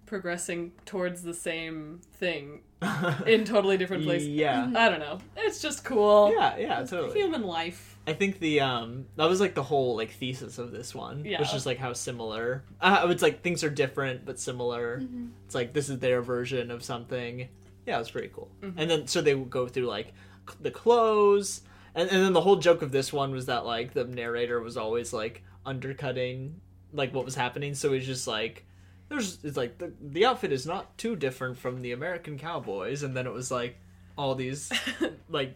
Speaker 2: progressing towards the same thing in totally different places.
Speaker 1: Yeah.
Speaker 2: I don't know. It's just cool.
Speaker 1: Yeah, yeah, totally.
Speaker 2: Human life.
Speaker 1: I think the um that was like the whole like thesis of this one,
Speaker 2: Yeah.
Speaker 1: which is like how similar. Uh, it's like things are different but similar. It's like this is their version of something. Yeah, it was pretty cool. And then so they would go through like c- the clothes, and and then the whole joke of this one was that like the narrator was always like undercutting like what was happening. So he's just like. There's, it's like the, the outfit is not too different from the American cowboys, and then it was like all these like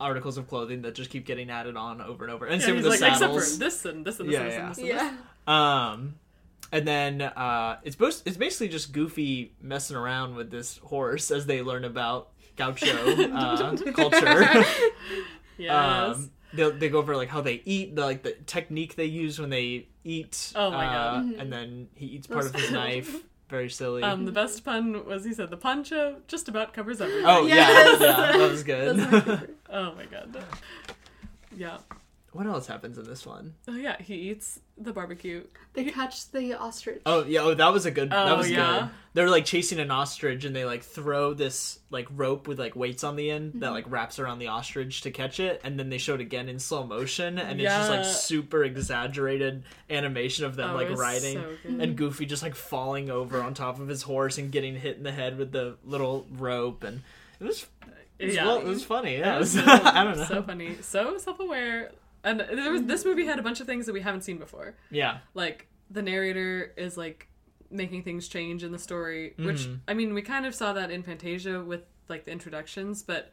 Speaker 1: articles of clothing that just keep getting added on over and over. And
Speaker 2: Yeah,
Speaker 1: same
Speaker 2: he's
Speaker 1: with the
Speaker 2: like, except
Speaker 1: saddles.
Speaker 2: for this and this and this
Speaker 1: Yeah,
Speaker 2: and this
Speaker 1: yeah.
Speaker 2: and this. And this.
Speaker 3: Yeah.
Speaker 1: Um, and then uh, it's both, it's basically just Goofy messing around with this horse as they learn about gaucho uh, culture.
Speaker 2: Yes.
Speaker 1: um, they they go over like how they eat, the, like the technique they use when they eat.
Speaker 2: Oh my
Speaker 1: uh,
Speaker 2: God.
Speaker 1: And then he eats part of his knife. Very silly.
Speaker 2: Um, the best pun was he said the poncho just about covers everything.
Speaker 1: oh
Speaker 3: Yes!
Speaker 1: yeah, yeah, that was good.
Speaker 3: That's my favorite.
Speaker 2: Oh my god. Yeah.
Speaker 1: what else happens in this one?
Speaker 2: Oh yeah. He eats the barbecue.
Speaker 3: They catch the ostrich.
Speaker 1: Oh yeah, oh that was a good.
Speaker 2: Oh,
Speaker 1: that was
Speaker 2: yeah.
Speaker 1: good. They're like chasing an ostrich, and they like throw this like rope with like weights on the end that
Speaker 2: Mm-hmm.
Speaker 1: like wraps around the ostrich to catch it, and then they show it again in slow motion, and it's just
Speaker 2: Yeah.
Speaker 1: like super exaggerated animation of them
Speaker 2: Oh, it
Speaker 1: like
Speaker 2: was
Speaker 1: riding.
Speaker 2: so good.
Speaker 1: and Goofy just like falling over on top of his horse and getting hit in the head with the little rope, and it was, it was,
Speaker 2: Yeah.
Speaker 1: well, it was funny. Yeah, it was,
Speaker 2: so-
Speaker 1: I don't know.
Speaker 2: So funny, so self-aware, and there was this movie had a bunch of things that we haven't seen before.
Speaker 1: yeah,
Speaker 2: Like the narrator is like making things change in the story, which
Speaker 1: Mm-hmm.
Speaker 2: I mean, we kind of saw that in Fantasia with like the introductions, but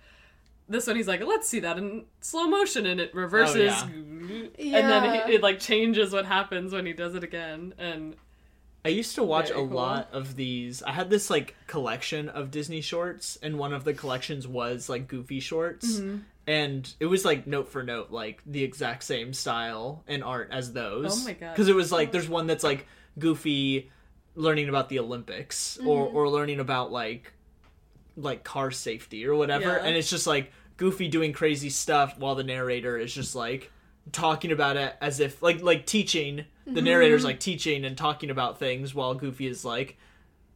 Speaker 2: this one he's like, let's see that in slow motion, and it reverses,
Speaker 1: Oh, yeah.
Speaker 2: and then
Speaker 3: Yeah.
Speaker 2: he, it like changes what happens when he does it again, and
Speaker 1: I used to watch
Speaker 2: Very
Speaker 1: a
Speaker 2: cool.
Speaker 1: lot of these. I had this like collection of Disney shorts, and one of the collections was like Goofy shorts,
Speaker 2: Mm-hmm.
Speaker 1: and it was like note for note, like the exact same style and art as those.
Speaker 2: Oh my God.
Speaker 1: Because it was like there's one that's like Goofy learning about the Olympics or
Speaker 2: Mm-hmm.
Speaker 1: or learning about like like car safety or whatever,
Speaker 2: Yeah.
Speaker 1: and it's just like Goofy doing crazy stuff while the narrator is just like talking about it as if like like teaching
Speaker 2: Mm-hmm.
Speaker 1: the narrator's like teaching and talking about things while goofy is like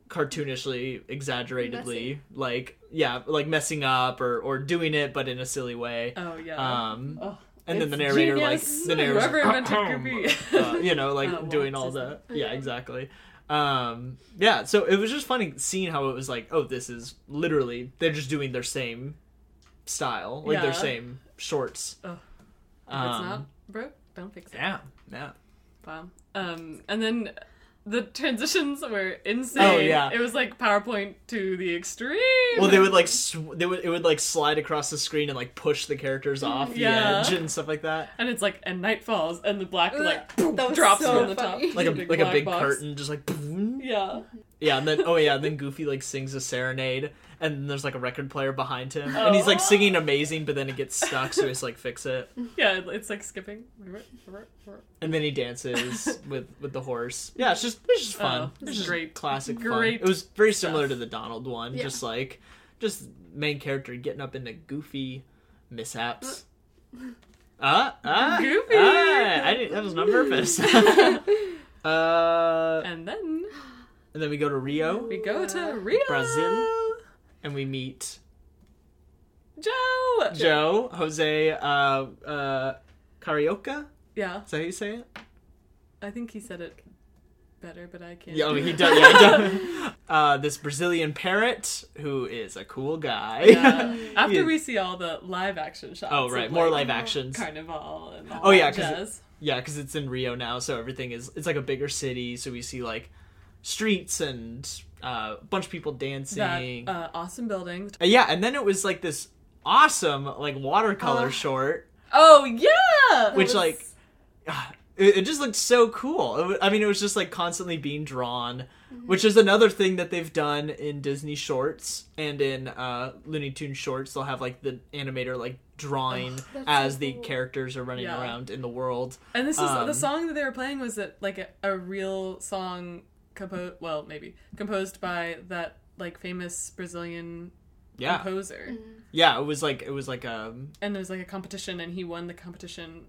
Speaker 1: cartoonishly exaggeratedly like yeah like messing up or or doing it but in a silly way
Speaker 2: oh yeah.
Speaker 1: um
Speaker 2: Oh,
Speaker 1: and then
Speaker 2: it's
Speaker 1: the narrator
Speaker 2: genius.
Speaker 1: like the narrator's
Speaker 2: Whoever
Speaker 1: like,
Speaker 2: invented Goofy.
Speaker 1: uh, you know like
Speaker 2: Uh, Walt
Speaker 1: doing all
Speaker 2: Disney.
Speaker 1: the yeah exactly um yeah so it was just funny seeing how it was like oh this is literally they're just doing their same style like
Speaker 2: Yeah.
Speaker 1: their same shorts
Speaker 2: Ugh.
Speaker 1: um,
Speaker 2: it's not broke. Don't fix it.
Speaker 1: yeah yeah
Speaker 2: Wow. Um, and then the transitions were insane.
Speaker 1: Oh, yeah.
Speaker 2: It was like PowerPoint to the extreme.
Speaker 1: Well, they would like sw- they would it would like slide across the screen and like push the characters off the
Speaker 2: Yeah.
Speaker 1: edge and stuff like that.
Speaker 2: and it's like, and night falls, and the black like
Speaker 3: Ugh, that was
Speaker 2: drops
Speaker 3: so
Speaker 2: from the top.
Speaker 3: funny.
Speaker 1: Like a
Speaker 2: Big
Speaker 1: like a
Speaker 2: black
Speaker 1: big
Speaker 2: box.
Speaker 1: curtain, just like boom.
Speaker 2: Yeah.
Speaker 1: yeah, and then oh yeah, then Goofy like sings a serenade, and there's like a record player behind him, and he's like
Speaker 2: Oh.
Speaker 1: singing amazing, but then it gets stuck, so he's like fix it,
Speaker 2: Yeah. it- It's like skipping. Revert, revert, revert.
Speaker 1: and then he dances with with the horse. Yeah, it's just it's just fun.
Speaker 2: Oh, this
Speaker 1: it's
Speaker 2: is
Speaker 1: just
Speaker 2: great.
Speaker 1: classic.
Speaker 2: Great
Speaker 1: fun. It was very similar
Speaker 2: stuff.
Speaker 1: to the Donald one,
Speaker 3: Yeah.
Speaker 1: just like just main character getting up into Goofy mishaps. Uh, uh,
Speaker 2: Goofy!
Speaker 1: I didn't, that was not purpose. uh,
Speaker 2: And then
Speaker 1: and then we go to Rio,
Speaker 2: we go to Rio.
Speaker 1: Brazil, and we meet
Speaker 2: Joe.
Speaker 1: Joe, Jose, uh, uh, Carioca.
Speaker 2: Yeah.
Speaker 1: Is that how you say it?
Speaker 2: I think he said it better, but I can't.
Speaker 1: Yeah, oh, he does. Yeah, he does. Uh, this Brazilian parrot who is a cool guy.
Speaker 2: Yeah. After
Speaker 1: Yeah.
Speaker 2: we see all the live action shots.
Speaker 1: oh
Speaker 2: of,
Speaker 1: right, more
Speaker 2: like,
Speaker 1: live actions.
Speaker 2: Carnival and all
Speaker 1: Oh, yeah,
Speaker 2: that
Speaker 1: 'cause it-
Speaker 2: jazz.
Speaker 1: Yeah, because it's in Rio now, so everything is it's like a bigger city, so we see like streets and uh, a bunch of people dancing.
Speaker 2: that uh, awesome building.
Speaker 1: Uh, yeah, and then it was like this awesome like watercolor
Speaker 2: Uh,
Speaker 3: Oh.
Speaker 1: short,
Speaker 2: Oh yeah,
Speaker 1: which
Speaker 3: was-
Speaker 1: like it, it just looked so cool. It wa- I mean, it was just like constantly being drawn, which is another thing that they've done in Disney shorts and in uh, Looney Tunes shorts. They'll have like the animator like drawing
Speaker 3: that's
Speaker 1: as
Speaker 3: so
Speaker 1: the
Speaker 3: cool.
Speaker 1: characters are running
Speaker 2: Yeah.
Speaker 1: around in the world.
Speaker 2: and this is
Speaker 1: um,
Speaker 2: the song that they were playing was that like a, a real song composed well maybe composed by that like famous Brazilian
Speaker 1: Yeah,
Speaker 2: composer,
Speaker 1: yeah. It was like it was like um
Speaker 2: and it was like a competition, and he won the competition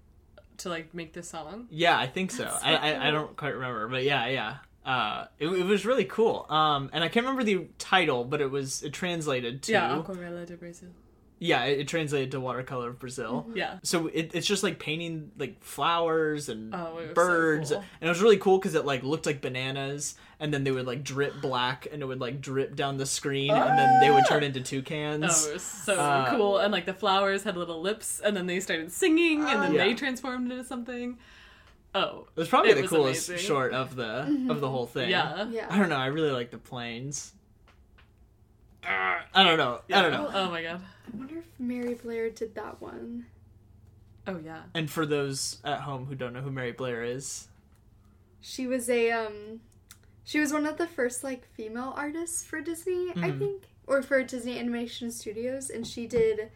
Speaker 2: to like make this song.
Speaker 1: Yeah, I think so.
Speaker 3: That's
Speaker 1: I,
Speaker 3: so
Speaker 1: I
Speaker 3: cool.
Speaker 1: I don't quite remember, but yeah, yeah. Uh, it, it was really cool. Um, and I can't remember the title, but it was it translated to
Speaker 2: Yeah, Aquarela de Brazil.
Speaker 1: yeah, it, it translated to watercolor of Brazil.
Speaker 2: Yeah.
Speaker 1: So it, it's just like painting like flowers and
Speaker 2: Oh, it was so
Speaker 1: birds,
Speaker 2: cool.
Speaker 1: and it was really cool because it like looked like bananas, and then they would like drip black, and it would like drip down the screen, and then they would turn into toucans.
Speaker 2: Ah! Oh, it was so
Speaker 1: Uh,
Speaker 2: cool. And like the flowers had little lips, and then they started singing, and then
Speaker 1: Yeah.
Speaker 2: they transformed into something. Oh,
Speaker 1: It was probably
Speaker 2: It
Speaker 1: the
Speaker 2: was
Speaker 1: coolest
Speaker 2: amazing.
Speaker 1: short of the of the whole thing.
Speaker 2: yeah.
Speaker 1: I
Speaker 3: Yeah.
Speaker 1: don't know. I really like the planes. Ah, I don't know. I don't know.
Speaker 2: Oh my god.
Speaker 3: I wonder if Mary Blair did that one.
Speaker 2: Oh yeah.
Speaker 1: And for those at home who don't know who Mary Blair is,
Speaker 3: She was a um she was one of the first like female artists for Disney, I
Speaker 1: Mhm.
Speaker 3: think, or for Disney Animation Studios and she did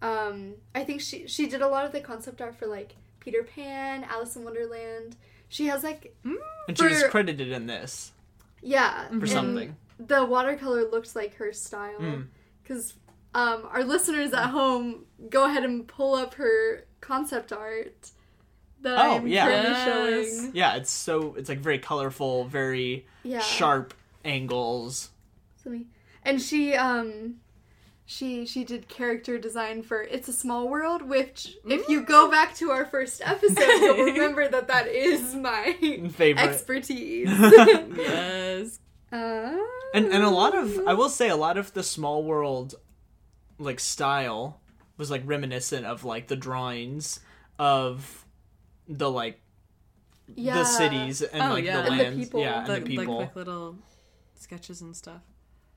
Speaker 3: um I think she she did a lot of the concept art for like Peter Pan, Alice in Wonderland. She has like
Speaker 1: and she was
Speaker 3: For-
Speaker 1: credited in this
Speaker 3: yeah,
Speaker 1: for
Speaker 3: and
Speaker 1: something.
Speaker 3: The watercolor looked like her style
Speaker 1: Mm.
Speaker 3: cuz um our listeners at home go ahead and pull up her concept art that
Speaker 1: Oh,
Speaker 3: I'm
Speaker 1: yeah.
Speaker 3: currently
Speaker 2: Yes.
Speaker 3: showing.
Speaker 1: Yeah, it's so it's like very colorful, very
Speaker 3: Yeah.
Speaker 1: sharp angles.
Speaker 3: Something. And she um she she did character design for It's a Small World, which if you
Speaker 2: Mm.
Speaker 3: go back to our first episode, you'll remember that that is my
Speaker 1: Favorite.
Speaker 3: expertise.
Speaker 2: Yes.
Speaker 3: Uh,
Speaker 1: and and a lot of uh, I will say a lot of the small world like style was like reminiscent of like the drawings of the like
Speaker 3: yeah.
Speaker 1: the cities and
Speaker 2: Oh,
Speaker 1: like
Speaker 2: yeah.
Speaker 1: the
Speaker 2: And the
Speaker 1: lands.
Speaker 3: people.
Speaker 1: Yeah, and
Speaker 2: Like-
Speaker 1: the people.
Speaker 2: Like, like little sketches and stuff.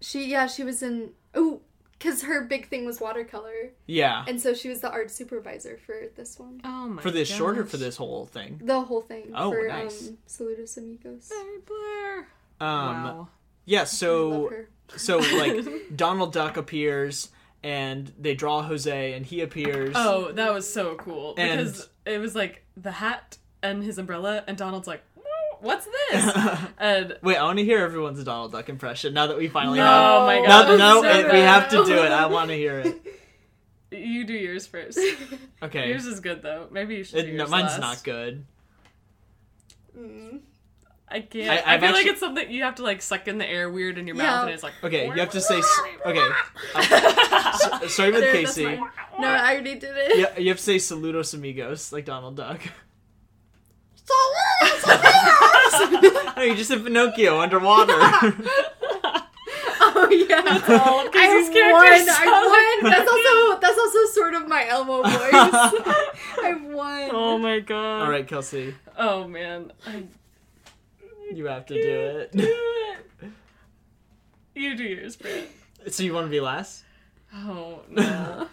Speaker 3: She yeah, she was in oh cuz her big thing was watercolor.
Speaker 1: yeah.
Speaker 3: And so she was the art supervisor for this one.
Speaker 2: Oh my.
Speaker 1: for this
Speaker 2: gosh.
Speaker 1: short or for this whole thing?
Speaker 3: The whole thing
Speaker 1: Oh,
Speaker 3: for
Speaker 1: nice.
Speaker 3: um Saludos Amigos.
Speaker 2: Mary Blair.
Speaker 1: Um
Speaker 2: wow.
Speaker 1: yeah,
Speaker 3: I love
Speaker 1: so
Speaker 3: her.
Speaker 1: so like Donald Duck appears and they draw Jose and he appears.
Speaker 2: Oh, that was so cool
Speaker 1: And-
Speaker 2: because it was like the hat and his umbrella, and Donald's like, "What's this?" and
Speaker 1: Wait, I want to hear everyone's Donald Duck impression now that we finally have
Speaker 2: oh my
Speaker 3: No.
Speaker 2: god,
Speaker 1: No, no,
Speaker 2: so
Speaker 1: it- we
Speaker 2: bad.
Speaker 1: have to do it. I want to hear it.
Speaker 2: You do yours first.
Speaker 1: Okay.
Speaker 2: yours is good though. Maybe you should.
Speaker 1: It-
Speaker 2: do
Speaker 1: no,
Speaker 2: yours
Speaker 1: mine's
Speaker 2: last.
Speaker 1: not good.
Speaker 3: Mm.
Speaker 2: I can't.
Speaker 1: I-
Speaker 2: I,
Speaker 1: I've
Speaker 2: feel like
Speaker 1: actually-
Speaker 2: it's something you have to like suck in the air weird in your
Speaker 3: Yeah.
Speaker 2: mouth, and it's like
Speaker 1: Okay, you have to say. s- Okay. S- Starting with
Speaker 3: There, that's
Speaker 1: Casey.
Speaker 3: mine. No, I already did it.
Speaker 1: Yeah, you have to say "Saludos amigos" like Donald Duck. No, you just said Pinocchio underwater.
Speaker 3: Oh yeah.
Speaker 2: all of Casey's
Speaker 3: I won.
Speaker 2: characters sound
Speaker 3: I won. That's also that's also sort of my Elmo voice. I won.
Speaker 2: Oh my god.
Speaker 1: All right, Kelsey,
Speaker 2: Oh man. I
Speaker 1: you have to do it.
Speaker 2: You do yours, Brett.
Speaker 1: So you want to be last?
Speaker 2: Oh no.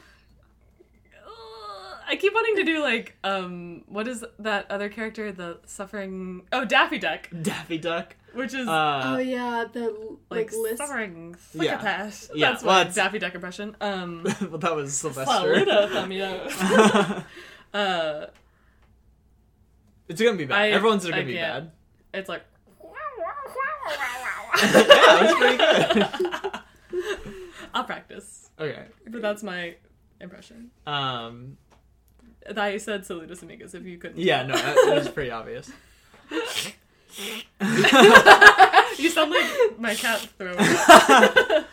Speaker 2: I keep wanting to do like um what is that other character the suffering oh Daffy Duck
Speaker 1: Daffy Duck.
Speaker 2: which is
Speaker 3: oh
Speaker 1: Uh,
Speaker 3: yeah, the like,
Speaker 2: like,
Speaker 3: list.
Speaker 2: suffering
Speaker 1: Yeah.
Speaker 2: psychopath
Speaker 1: Yeah,
Speaker 2: that's
Speaker 1: well,
Speaker 2: my
Speaker 1: it's-
Speaker 2: Daffy Duck impression um
Speaker 1: well, that was Sylvester.
Speaker 2: Saluda, amigos.
Speaker 1: it's
Speaker 2: uh
Speaker 1: gonna be bad.
Speaker 2: I-
Speaker 1: Everyone's gonna
Speaker 2: I
Speaker 1: be
Speaker 2: can't.
Speaker 1: bad.
Speaker 2: it's like
Speaker 1: yeah, that's pretty good.
Speaker 2: I'll practice
Speaker 1: Okay.
Speaker 2: but that's my impression
Speaker 1: Um.
Speaker 2: I said saludos amigos if you couldn't
Speaker 1: Yeah. No, that, that was pretty obvious.
Speaker 2: you sound like my cat throwing up.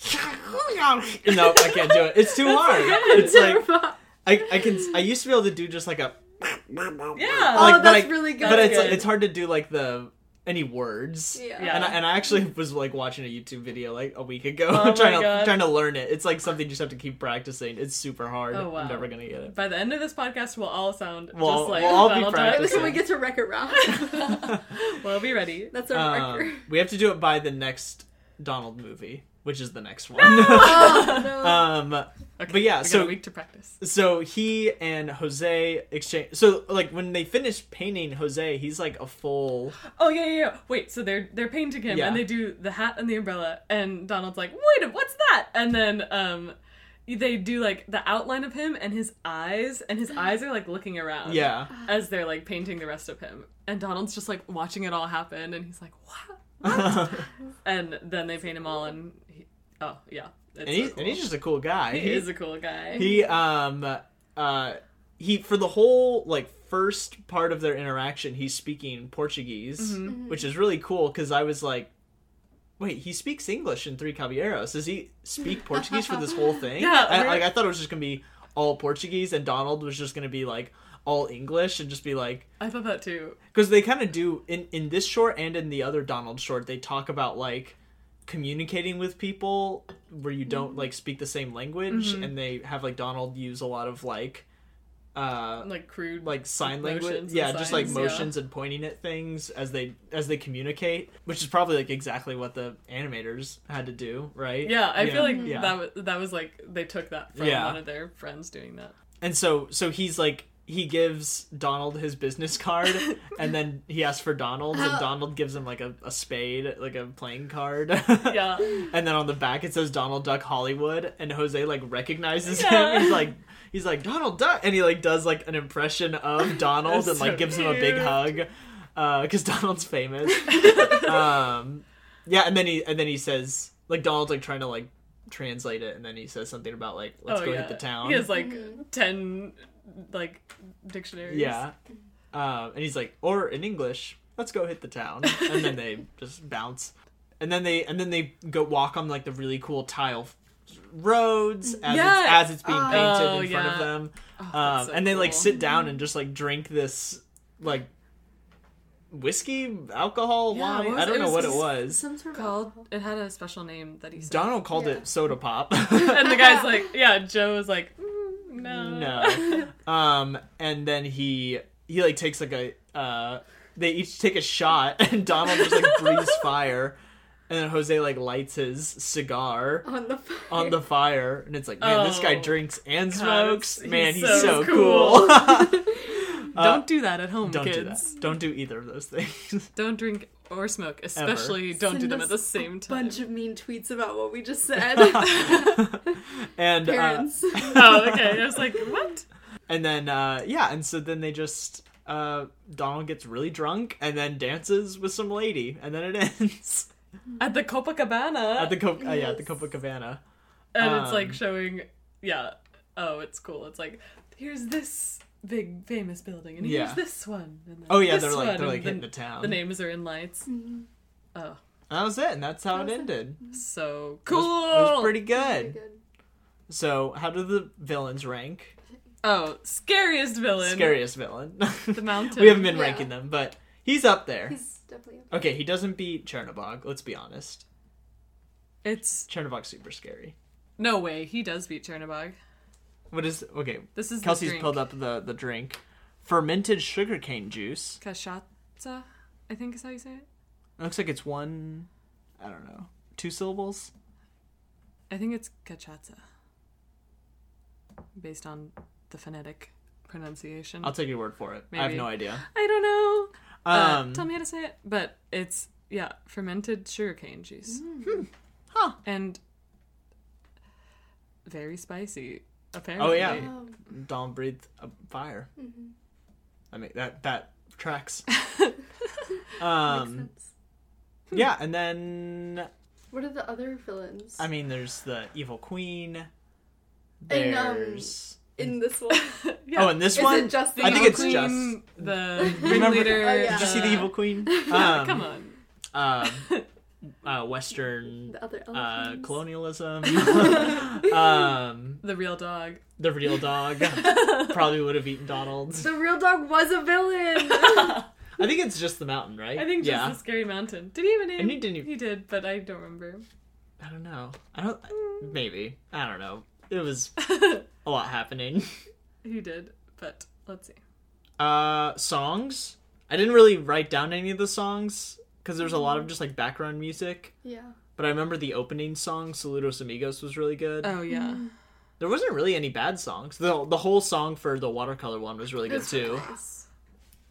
Speaker 1: no, I can't do it. It's too hard. It's like
Speaker 3: oh,
Speaker 1: I, I can I used to be able to do just like a
Speaker 2: Yeah.
Speaker 1: like, but
Speaker 3: Oh, that's
Speaker 1: I-
Speaker 3: really good.
Speaker 1: but it's
Speaker 2: good.
Speaker 1: it's hard to do like the any words.
Speaker 3: Yeah.
Speaker 2: Yeah.
Speaker 1: And I, and I actually was like watching a YouTube video like a week ago,
Speaker 2: Oh my
Speaker 1: trying
Speaker 2: God.
Speaker 1: to trying to learn it. It's like something you just have to keep practicing. It's super hard.
Speaker 2: Oh, wow.
Speaker 1: I'm never gonna get it.
Speaker 2: By the end of this podcast, we'll all sound
Speaker 1: We'll-
Speaker 2: just like
Speaker 1: we'll all be
Speaker 2: Donald
Speaker 3: By the
Speaker 2: Duck.
Speaker 1: practicing.
Speaker 3: time we get to Wreck It Ralph,
Speaker 2: We'll be ready.
Speaker 3: that's our marker.
Speaker 1: Um, we have to do it by the next Donald movie, which is the next one.
Speaker 3: Oh no.
Speaker 1: um,
Speaker 2: Okay,
Speaker 1: But yeah,
Speaker 2: we
Speaker 1: so-
Speaker 2: got a week to practice.
Speaker 1: so he and Jose exchange. So like when they finish painting Jose, he's like a full.
Speaker 2: Oh yeah, yeah, yeah. Wait, so they're they're painting him,
Speaker 1: Yeah.
Speaker 2: and they do the hat and the umbrella, and Donald's like, "Wait, what's that?" And then um, they do like the outline of him and his eyes, and his eyes are like looking around.
Speaker 1: Yeah.
Speaker 2: As they're like painting the rest of him, and Donald's just like watching it all happen, and he's like, "What?"
Speaker 1: and,
Speaker 2: And then they paint him all, and he, oh yeah, it's so
Speaker 1: he's,
Speaker 2: cool.
Speaker 1: and he's just a cool guy.
Speaker 2: he is a cool guy.
Speaker 1: he um uh he for the whole like first part of their interaction he's speaking portuguese
Speaker 2: Mm-hmm.
Speaker 1: which is really cool because i was like wait he speaks english in three caballeros does he speak portuguese for this whole thing
Speaker 2: Yeah,
Speaker 1: I,
Speaker 2: we're-
Speaker 1: like i thought it was just gonna be all portuguese and donald was just gonna be like all english and just be like
Speaker 2: I thought that too.
Speaker 1: because they kind of do in in this short and in the other Donald short. They talk about like communicating with people where you don't like speak the same language,
Speaker 2: Mm-hmm.
Speaker 1: and they have like Donald use a lot of like uh
Speaker 2: Like crude,
Speaker 1: like sign
Speaker 2: Motions
Speaker 1: language
Speaker 2: and
Speaker 1: yeah just like
Speaker 2: signs, yeah.
Speaker 1: motions and pointing at things as they as they communicate which is probably like exactly what the animators had to do right
Speaker 2: Yeah, I feel like
Speaker 1: yeah.
Speaker 2: that was, that was like they took that from
Speaker 1: Yeah.
Speaker 2: one of their friends doing that.
Speaker 1: and so so he's like he gives Donald his business card, and then he asks for Donald's, and
Speaker 3: How-
Speaker 1: Donald gives him like a, a spade, like a playing card.
Speaker 2: Yeah,
Speaker 1: And then on the back it says Donald Duck Hollywood, and Jose like recognizes
Speaker 2: Yeah.
Speaker 1: him. He's like, he's like Donald Duck, and he like does like an impression of Donald,
Speaker 2: That's
Speaker 1: and like
Speaker 2: so
Speaker 1: gives him a big
Speaker 2: cute.
Speaker 1: hug, because Donald's famous. um, yeah, and then he and then he says like Donald's like trying to like translate it, and then he says something about like let's
Speaker 2: oh,
Speaker 1: go
Speaker 2: yeah.
Speaker 1: hit the town.
Speaker 2: He has like ten like dictionaries.
Speaker 1: Yeah. Um, and he's like, or in English, let's go hit the town. And then they just bounce. And then they and then they go walk on like the really cool tile f- roads as,
Speaker 2: Yes!
Speaker 1: it's, as it's being
Speaker 3: Oh.
Speaker 1: painted
Speaker 2: Oh,
Speaker 1: in front
Speaker 2: yeah.
Speaker 1: of them.
Speaker 2: Oh,
Speaker 1: Um,
Speaker 2: that's so
Speaker 1: and they like
Speaker 2: cool.
Speaker 1: sit down and just like drink this like whiskey, alcohol,
Speaker 2: Yeah, what
Speaker 1: wine.
Speaker 2: was
Speaker 1: I
Speaker 2: it?
Speaker 1: don't
Speaker 2: It
Speaker 1: know
Speaker 2: was
Speaker 1: what it
Speaker 2: just-
Speaker 1: was.
Speaker 3: Some sort of
Speaker 2: called.
Speaker 3: alcohol.
Speaker 2: It had a special name that he said.
Speaker 1: Donald called
Speaker 3: Yeah.
Speaker 1: it soda pop.
Speaker 2: and the guy's like, yeah. Joe was like, mm, no,
Speaker 1: no. Um, and then he he like takes like a uh, they each take a shot, and Donald just like breathes fire, and then Jose like lights his cigar
Speaker 3: on the fire.
Speaker 1: on the fire, and it's like, man, this guy
Speaker 2: Oh,
Speaker 1: drinks and
Speaker 2: God,
Speaker 1: smokes.
Speaker 2: he's
Speaker 1: man, he's
Speaker 2: so
Speaker 1: so, cool.
Speaker 2: cool.
Speaker 1: Uh,
Speaker 2: don't do that at home,
Speaker 1: don't
Speaker 2: kids.
Speaker 1: do that. Don't do either of those things.
Speaker 2: Don't drink or smoke, especially don't do
Speaker 3: Send
Speaker 2: them
Speaker 3: us
Speaker 2: at the same time.
Speaker 3: Bunch of mean tweets about what we just said.
Speaker 1: and uh,
Speaker 3: Parents.
Speaker 2: oh, okay. I was like, what?
Speaker 1: and then uh, yeah, and so then they just. Uh, Donald gets really drunk and then dances with some lady, and then it ends
Speaker 2: At the Copacabana.
Speaker 1: at the Cop- uh, yeah at the
Speaker 3: Yes.
Speaker 1: Copacabana.
Speaker 2: and it's like
Speaker 1: Um,
Speaker 2: showing yeah oh it's cool it's like here's this big famous building and
Speaker 1: Yeah.
Speaker 2: here's this one and then
Speaker 1: Oh yeah,
Speaker 2: this
Speaker 1: they're
Speaker 2: one,
Speaker 1: like they're
Speaker 2: and
Speaker 1: like hitting
Speaker 2: the,
Speaker 1: the town.
Speaker 2: the names are in lights oh
Speaker 1: And that was it, and that's how
Speaker 3: That
Speaker 1: it
Speaker 3: was it.
Speaker 1: ended.
Speaker 2: so
Speaker 1: It
Speaker 2: cool
Speaker 1: was- It was, pretty
Speaker 3: Very
Speaker 1: good.
Speaker 3: good.
Speaker 1: So, how do the villains rank?
Speaker 2: oh scariest villain
Speaker 1: Scariest villain.
Speaker 2: the mountain
Speaker 1: we haven't been
Speaker 3: Yeah.
Speaker 1: ranking them, but he's up there.
Speaker 3: He's definitely.
Speaker 1: Okay, he doesn't beat Chernobog. Let's be honest.
Speaker 2: it's
Speaker 1: Chernobog's super scary.
Speaker 2: no way he does beat Chernobog
Speaker 1: What is okay?
Speaker 2: this is
Speaker 1: Kelsey's
Speaker 2: the drink.
Speaker 1: pulled up the the drink. Fermented sugarcane juice.
Speaker 2: Kashatsa I think is how you say it
Speaker 1: It looks like it's one. I don't know. Two syllables.
Speaker 2: I think it's Kachatsa based on the phonetic pronunciation
Speaker 1: I'll take your word for it. I have
Speaker 2: Maybe.
Speaker 1: no idea.
Speaker 2: I don't know Uh,
Speaker 1: Um,
Speaker 2: tell me how to say it. But it's yeah, fermented sugarcane juice.
Speaker 3: Hmm.
Speaker 1: Huh.
Speaker 2: Mm. And very spicy. Apparently.
Speaker 1: Oh yeah,
Speaker 3: Oh,
Speaker 1: Don breathed a fire.
Speaker 3: mm-hmm.
Speaker 1: I mean that that tracks.
Speaker 3: makes
Speaker 1: um,
Speaker 3: sense.
Speaker 1: yeah, and then
Speaker 3: What are the other villains
Speaker 1: I mean, there's the evil queen.
Speaker 3: And, um,
Speaker 1: There's
Speaker 3: in this one?
Speaker 2: yeah.
Speaker 1: oh, and this
Speaker 3: Is
Speaker 1: one.
Speaker 3: it just the
Speaker 1: I think it's
Speaker 2: Queen,
Speaker 1: just.
Speaker 2: the
Speaker 1: Remember-
Speaker 2: ringleader.
Speaker 3: Oh, yeah.
Speaker 1: Did you see the evil queen?
Speaker 2: Yeah,
Speaker 1: Um,
Speaker 2: come on.
Speaker 1: um, uh, Western
Speaker 3: The other
Speaker 1: uh,
Speaker 3: elephants?
Speaker 1: colonialism. um,
Speaker 2: The real dog.
Speaker 1: the real dog probably would have eaten Donald's.
Speaker 3: The real dog was a villain.
Speaker 1: I think it's just the mountain, right?
Speaker 2: I think just
Speaker 1: yeah.
Speaker 2: the scary mountain. Did he even name?
Speaker 1: And he didn't even-
Speaker 2: He did, but I don't remember.
Speaker 1: I don't know. I don't.
Speaker 2: Hmm.
Speaker 1: Maybe. I don't know. It was a lot happening.
Speaker 2: he did, but let's see.
Speaker 1: Uh, songs. I didn't really write down any of the songs because there was a
Speaker 2: Mm-hmm.
Speaker 1: lot of just like background music.
Speaker 3: Yeah.
Speaker 1: But I remember the opening song, "Saludos Amigos," was really good.
Speaker 2: Oh yeah,
Speaker 1: There wasn't really any bad songs. The the whole song for the watercolor one was really good too.
Speaker 3: Mm.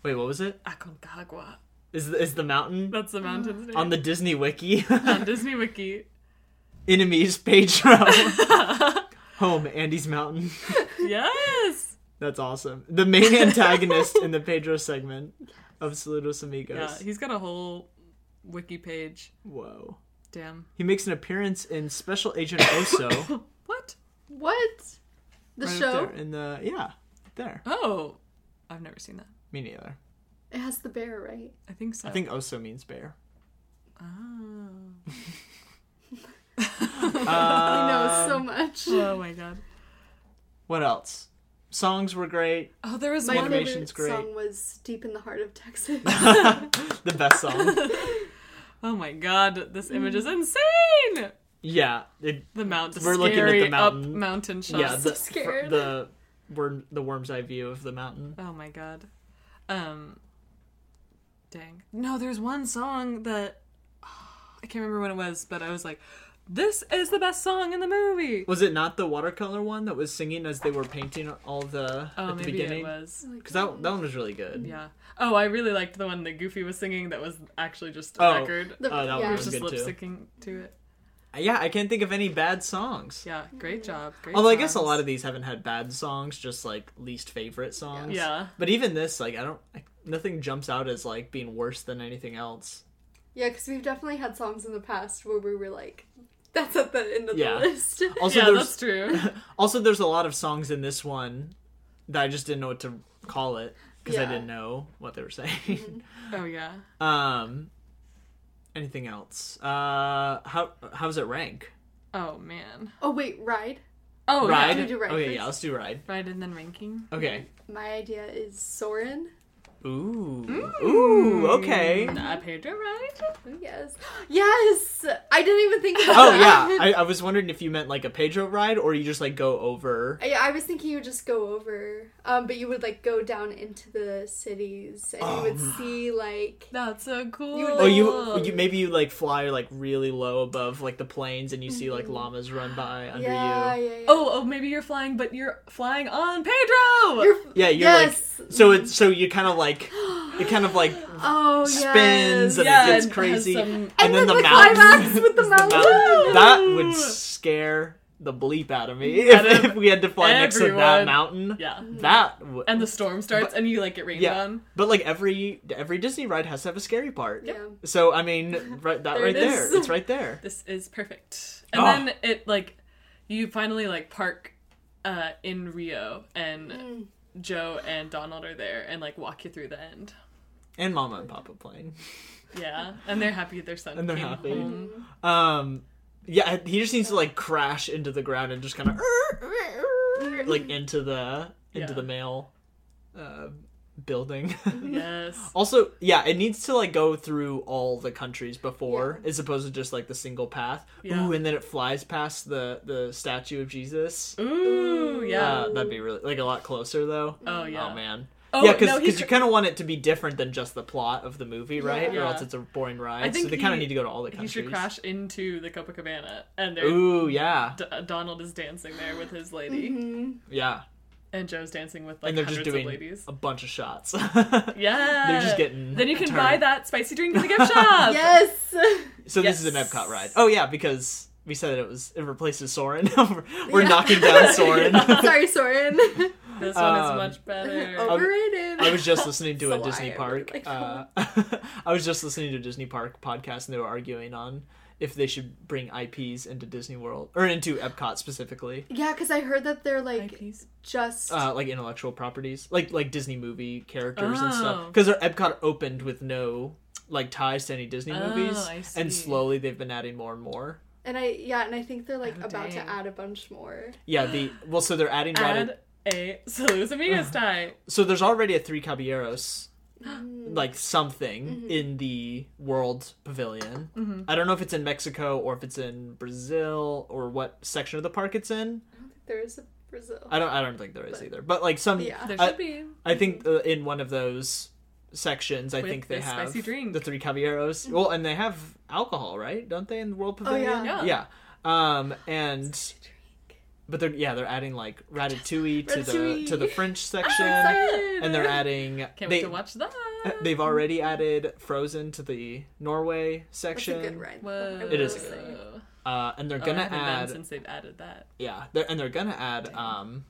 Speaker 1: Wait, what was it?
Speaker 2: Aconcagua.
Speaker 1: Is is the mountain
Speaker 2: That's the
Speaker 3: Ah.
Speaker 2: mountain's name
Speaker 1: on the Disney Wiki
Speaker 2: on Disney Wiki.
Speaker 1: enemies Pedro home Andy's Mountain?
Speaker 2: yes.
Speaker 1: That's awesome. The main antagonist in the Pedro segment of Saludos
Speaker 2: Yeah,
Speaker 1: Amigos.
Speaker 2: he's got a whole wiki page.
Speaker 1: Whoa.
Speaker 2: Damn.
Speaker 1: He makes an appearance in Special Agent Oso.
Speaker 2: What?
Speaker 3: What? The
Speaker 1: right up
Speaker 3: show?
Speaker 1: there in the yeah there.
Speaker 2: Oh, I've never seen that.
Speaker 1: Me neither.
Speaker 3: It has the bear, right?
Speaker 2: I think so.
Speaker 1: I think Oso means bear.
Speaker 2: Oh.
Speaker 3: He knows
Speaker 1: Uh,
Speaker 3: so much.
Speaker 2: oh my god.
Speaker 1: what else? Songs were great.
Speaker 2: Oh, there was
Speaker 3: My
Speaker 2: one.
Speaker 3: favorite
Speaker 1: animation- animation's great.
Speaker 3: song was "Deep in the Heart of Texas."
Speaker 1: the best song.
Speaker 2: Oh my god,
Speaker 1: Mm.
Speaker 2: this image is insane.
Speaker 1: Yeah. It,
Speaker 2: The mountain.
Speaker 1: We're looking at the
Speaker 2: scary Up
Speaker 1: mountain.
Speaker 2: mountain shot.
Speaker 1: yeah. The,
Speaker 3: scared.
Speaker 1: the worm, the worm's eye view of the mountain.
Speaker 2: Oh my god. Um dang. No, there's one song that I can't remember when it was, but I was like, this is the best song in the movie.
Speaker 1: Was it not the watercolor one that was singing as they were painting all the at
Speaker 2: Oh,
Speaker 1: the
Speaker 2: maybe
Speaker 1: beginning?
Speaker 2: it was.
Speaker 1: Because that that one was really good.
Speaker 2: Yeah. Oh, I really liked the one that Goofy was singing that was actually just a
Speaker 1: Oh.
Speaker 2: record.
Speaker 3: The-
Speaker 1: Oh, that
Speaker 3: yeah.
Speaker 2: It
Speaker 1: one
Speaker 2: was
Speaker 1: was
Speaker 2: just
Speaker 1: good
Speaker 2: lip
Speaker 1: too.
Speaker 2: syncing to it.
Speaker 1: Yeah, I can't think of any bad songs.
Speaker 2: Yeah, great job. Great
Speaker 1: Although I guess a lot of these haven't had bad songs, just like least favorite songs.
Speaker 2: Yeah.
Speaker 1: But even this, like, I don't, I, nothing jumps out as like being worse than anything else.
Speaker 3: yeah, because we've definitely had songs in the past where we were like, "That's at the end of
Speaker 1: Yeah.
Speaker 3: the list."
Speaker 1: Also,
Speaker 2: Yeah,
Speaker 1: there's
Speaker 2: that's true.
Speaker 1: also there's a lot of songs in this one that I just didn't know what to call it because I
Speaker 3: Yeah.
Speaker 1: didn't know what they were saying.
Speaker 2: oh yeah.
Speaker 1: um, anything else? Uh, how how does it rank?
Speaker 2: Oh man.
Speaker 3: oh wait, ride.
Speaker 2: Oh yeah.
Speaker 1: Ride.
Speaker 3: do ride
Speaker 1: okay,
Speaker 3: first.
Speaker 1: yeah, let's do ride.
Speaker 2: Ride and then ranking.
Speaker 1: Okay.
Speaker 3: My idea is Soren.
Speaker 1: Ooh.
Speaker 2: Mm.
Speaker 1: Ooh. Okay.
Speaker 2: Nah, Pedro ride.
Speaker 3: Oh, Yes, yes. I didn't even think. About
Speaker 1: Oh
Speaker 3: that.
Speaker 1: yeah, I, I was wondering if you meant like a Pedro ride or you just like go over.
Speaker 3: Yeah, I was thinking you would just go over, um, but you would like go down into the cities and you would see like
Speaker 2: That's so cool.
Speaker 3: would, like,
Speaker 1: Oh, you, you maybe you like fly like really low above like the planes and you see like llamas run by under
Speaker 3: yeah,
Speaker 1: you.
Speaker 3: yeah, yeah.
Speaker 2: Oh, oh, maybe you're flying, but you're flying on Pedro.
Speaker 3: You're,
Speaker 1: Yeah, you're
Speaker 3: yes.
Speaker 1: like so it's so you kind of like it kind of like
Speaker 3: oh yes.
Speaker 1: spins and
Speaker 2: Yeah,
Speaker 1: it gets
Speaker 2: and has
Speaker 1: crazy
Speaker 2: some-
Speaker 1: and,
Speaker 3: and
Speaker 1: then the,
Speaker 3: climax
Speaker 1: mountain
Speaker 3: with the mountain.
Speaker 1: Mountain- that would scare the bleep out of me
Speaker 2: Out
Speaker 1: if,
Speaker 2: of
Speaker 1: if we had to fly next to that
Speaker 2: everyone.
Speaker 1: mountain.
Speaker 2: Yeah.
Speaker 1: That w-
Speaker 2: And the storm starts, and you like get rained
Speaker 1: yeah,
Speaker 2: on.
Speaker 1: but like every every Disney ride has to have a scary part.
Speaker 3: Yeah.
Speaker 1: So I mean, right that
Speaker 2: There
Speaker 1: right
Speaker 2: it is.
Speaker 1: there, it's right there.
Speaker 2: This is perfect. And
Speaker 1: Oh.
Speaker 2: then it like, you finally like park, uh, in Rio, and
Speaker 1: Mm.
Speaker 2: Joe and Donald are there, and like walk you through the end.
Speaker 1: And Mama and Papa playing.
Speaker 2: Yeah, and they're happy their son
Speaker 1: And they're
Speaker 2: came
Speaker 1: happy.
Speaker 2: home.
Speaker 1: Um, yeah, he just needs to like crash into the ground and just kind of like into the into
Speaker 2: Mm-hmm. Yeah. Mm-hmm.
Speaker 1: the mail uh, building.
Speaker 2: Yes.
Speaker 1: also, yeah, it needs to like go through all the countries before, as opposed to just like the single path.
Speaker 2: Yeah.
Speaker 1: Ooh, and then it flies past the the statue of Jesus.
Speaker 2: Ooh, yeah.
Speaker 1: Uh, that'd be really like a lot closer though.
Speaker 2: Oh, yeah.
Speaker 1: Oh man.
Speaker 2: Oh,
Speaker 1: yeah, because
Speaker 2: no, he
Speaker 1: you kind of want it to be different than just the plot of the movie, right? Or
Speaker 2: Yeah.
Speaker 1: else it's a boring ride.
Speaker 2: I think
Speaker 1: so they kind of
Speaker 2: he-
Speaker 1: need to go to all the
Speaker 2: he
Speaker 1: countries.
Speaker 2: should crash into the Copacabana, and there.
Speaker 1: Ooh, yeah,
Speaker 2: D- uh, Donald is dancing there with his lady,
Speaker 3: Mm-hmm.
Speaker 1: yeah.
Speaker 2: and Joe's dancing with like
Speaker 1: And they're
Speaker 2: hundreds
Speaker 1: just doing
Speaker 2: of ladies.
Speaker 1: a bunch of shots.
Speaker 2: Yeah,
Speaker 1: They're just getting
Speaker 2: Then you can
Speaker 1: turned.
Speaker 2: buy that spicy drink in the gift shop.
Speaker 3: Yes.
Speaker 1: So this is an
Speaker 2: Yes.
Speaker 1: Epcot ride. Oh yeah, because we said it was it replaces Soren. We're- We're
Speaker 3: Yeah. Oh,
Speaker 1: knocking down Soren.
Speaker 3: Sorry, Soren.
Speaker 2: This one is
Speaker 1: Um,
Speaker 2: much better.
Speaker 3: Overrated.
Speaker 1: I was just listening to
Speaker 3: It's
Speaker 1: a
Speaker 3: a
Speaker 1: Disney
Speaker 3: lie, I really
Speaker 1: Park.
Speaker 3: like
Speaker 1: uh, I was just listening to a Disney Park podcast, and they were arguing on if they should bring IPs into Disney World or into Epcot specifically,
Speaker 3: yeah, because I heard that they're like
Speaker 2: IPs.
Speaker 3: just
Speaker 1: uh, like intellectual properties, like like Disney movie characters and
Speaker 2: Oh.
Speaker 1: stuff. Because Epcot opened with no like ties to any Disney
Speaker 2: Oh,
Speaker 1: movies,
Speaker 2: I
Speaker 1: and
Speaker 2: see.
Speaker 1: slowly they've been adding more and more.
Speaker 3: and I yeah, and I think they're like
Speaker 2: Oh,
Speaker 3: about
Speaker 2: dang.
Speaker 3: to add a bunch more.
Speaker 1: Yeah, the well, so they're adding right.
Speaker 2: Add a Salus Amigos tie.
Speaker 1: so there's already a three caballeros
Speaker 3: Mm,
Speaker 1: like something
Speaker 2: Mm-hmm.
Speaker 1: in the world pavilion. I don't know if it's in Mexico or if it's in Brazil or what section of the park it's in.
Speaker 3: There is a Brazil.
Speaker 1: I don't I don't think there is either. But like some
Speaker 3: Yeah.
Speaker 2: There should
Speaker 1: Um, I-
Speaker 2: be.
Speaker 1: I think uh, in one of those sections, I
Speaker 2: With
Speaker 1: think they
Speaker 2: the
Speaker 1: have
Speaker 2: spicy drink.
Speaker 1: the three caballeros. Well, and they have alcohol, right? Don't they in the World Pavilion?
Speaker 3: yeah.
Speaker 2: Oh, Yeah.
Speaker 1: yeah. Um, and but they're yeah they're adding like ratatouille to the
Speaker 3: Ratatouille.
Speaker 1: to the French section,
Speaker 2: excited.
Speaker 1: and they're adding
Speaker 2: Can't
Speaker 1: they uh,
Speaker 2: wait to watch that.
Speaker 1: they've already added Frozen to the Norway
Speaker 3: That's a
Speaker 1: section.
Speaker 3: good ride.
Speaker 2: Whoa.
Speaker 3: I
Speaker 1: It is
Speaker 3: will
Speaker 1: a good
Speaker 3: say.
Speaker 1: Uh, and they're
Speaker 2: Oh, I
Speaker 1: gonna
Speaker 2: haven't been
Speaker 1: add
Speaker 2: since they've added that.
Speaker 1: yeah they're, and they're gonna add um,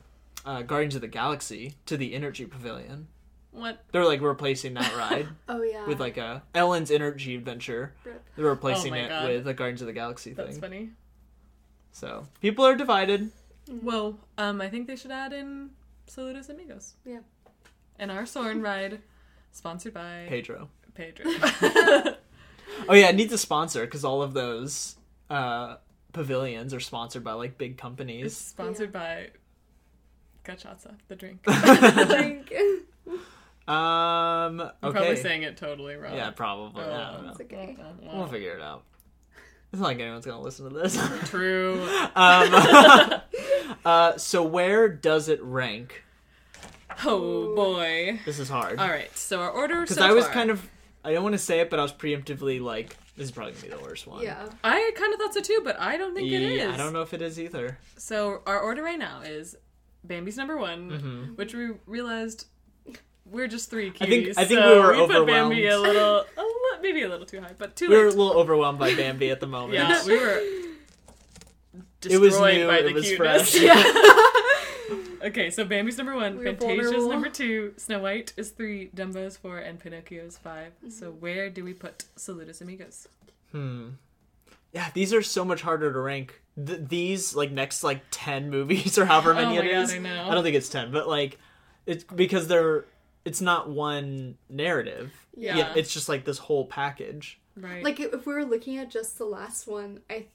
Speaker 1: uh, Guardians of the Galaxy to the Energy Pavilion.
Speaker 2: What?
Speaker 1: They're like replacing that ride.
Speaker 3: Oh yeah.
Speaker 1: with like a Ellen's energy adventure.
Speaker 3: Rip.
Speaker 1: They're replacing
Speaker 2: Oh my
Speaker 1: it
Speaker 2: God.
Speaker 1: with the Guardians of the Galaxy
Speaker 2: That's
Speaker 1: thing.
Speaker 2: funny.
Speaker 1: So people are divided.
Speaker 2: Whoa. Um, I think they should add in Saludos Amigos.
Speaker 3: Yeah.
Speaker 2: And our Soren ride, sponsored by
Speaker 1: Pedro.
Speaker 2: Pedro.
Speaker 1: Oh yeah, it needs a sponsor because all of those uh, pavilions are sponsored by like big
Speaker 2: It's
Speaker 1: companies.
Speaker 2: sponsored by Cachaça, the drink.
Speaker 3: drink.
Speaker 1: Um.
Speaker 2: I'm probably
Speaker 1: Okay.
Speaker 2: saying it totally wrong.
Speaker 1: Yeah, probably. I don't
Speaker 2: Oh.
Speaker 1: know.
Speaker 3: it's okay.
Speaker 1: We'll figure it out. It's not like anyone's gonna listen to this.
Speaker 2: True.
Speaker 1: um, uh, so where does it rank?
Speaker 2: Oh boy.
Speaker 1: This is hard.
Speaker 2: All right. So our order.
Speaker 1: Because
Speaker 2: so
Speaker 1: I was
Speaker 2: far-
Speaker 1: kind of, I don't want to say it, but I was preemptively like, this is probably gonna be the worst one.
Speaker 3: Yeah.
Speaker 2: I kind of thought so too, but I don't think it
Speaker 1: Yeah,
Speaker 2: is.
Speaker 1: E, I don't know if it is either.
Speaker 2: So our order right now is Bambi's number one, which we realized we're just three cuties.
Speaker 1: Mm-hmm. I think- I think
Speaker 2: so
Speaker 1: we were
Speaker 2: put Bambi a
Speaker 1: overwhelmed.
Speaker 2: little, a li- maybe a little too high, but too
Speaker 1: We were a
Speaker 2: late.
Speaker 1: little overwhelmed by Bambi at the moment.
Speaker 2: Yeah, we were
Speaker 1: It
Speaker 2: destroyed
Speaker 1: was new,
Speaker 2: by
Speaker 1: it
Speaker 2: the
Speaker 1: was
Speaker 2: cuteness.
Speaker 1: fresh.
Speaker 2: Yeah. okay, so Bambi's number one,
Speaker 3: We were
Speaker 2: Fantasia's
Speaker 3: vulnerable.
Speaker 2: number two, Snow White is three, Dumbo's four, and Pinocchio's 5 So
Speaker 3: Mm-hmm.
Speaker 2: where do we put Saludos Amigos?
Speaker 1: Hmm. Yeah, these are so much harder to rank. Th- these like next like ten movies or however many
Speaker 2: Oh my
Speaker 1: it
Speaker 2: God,
Speaker 1: is.
Speaker 2: I know.
Speaker 1: don't think it's ten, but like it's because they're it's not one narrative.
Speaker 2: Yeah.
Speaker 1: it's just like this whole package.
Speaker 2: Right.
Speaker 3: Like if we were looking at just the last one, I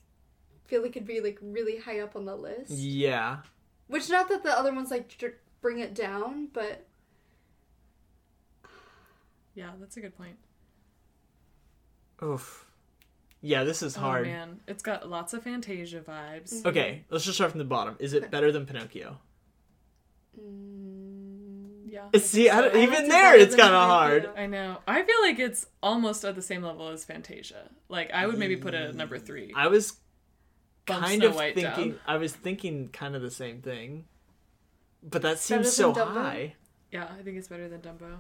Speaker 3: feel like it'd be like really high up on the list.
Speaker 1: Yeah,
Speaker 3: Which not that the other ones like dr- bring it down, but
Speaker 2: yeah, that's a good point.
Speaker 1: oof. Yeah, this is hard.
Speaker 2: Oh man, it's got lots of Fantasia vibes.
Speaker 1: okay, let's just start from the bottom. Is it better than Pinocchio?
Speaker 3: mm,
Speaker 2: Yeah.
Speaker 1: Mm-hmm. See, I don't,
Speaker 3: I
Speaker 1: even
Speaker 3: liked it
Speaker 1: there,
Speaker 3: better
Speaker 1: it's
Speaker 3: than
Speaker 1: kind of
Speaker 3: Pinocchio.
Speaker 1: hard.
Speaker 2: I know. I feel like it's almost at the same level as Fantasia. Like I would maybe put it at number three.
Speaker 1: Mm. I was
Speaker 2: Bump
Speaker 1: kind
Speaker 2: Snow
Speaker 1: of
Speaker 2: White
Speaker 1: thinking
Speaker 2: down.
Speaker 1: I was thinking kind of the same thing. But that
Speaker 3: Better
Speaker 1: seems so
Speaker 3: than Dumbo?
Speaker 1: high.
Speaker 2: Yeah, I think it's better than Dumbo.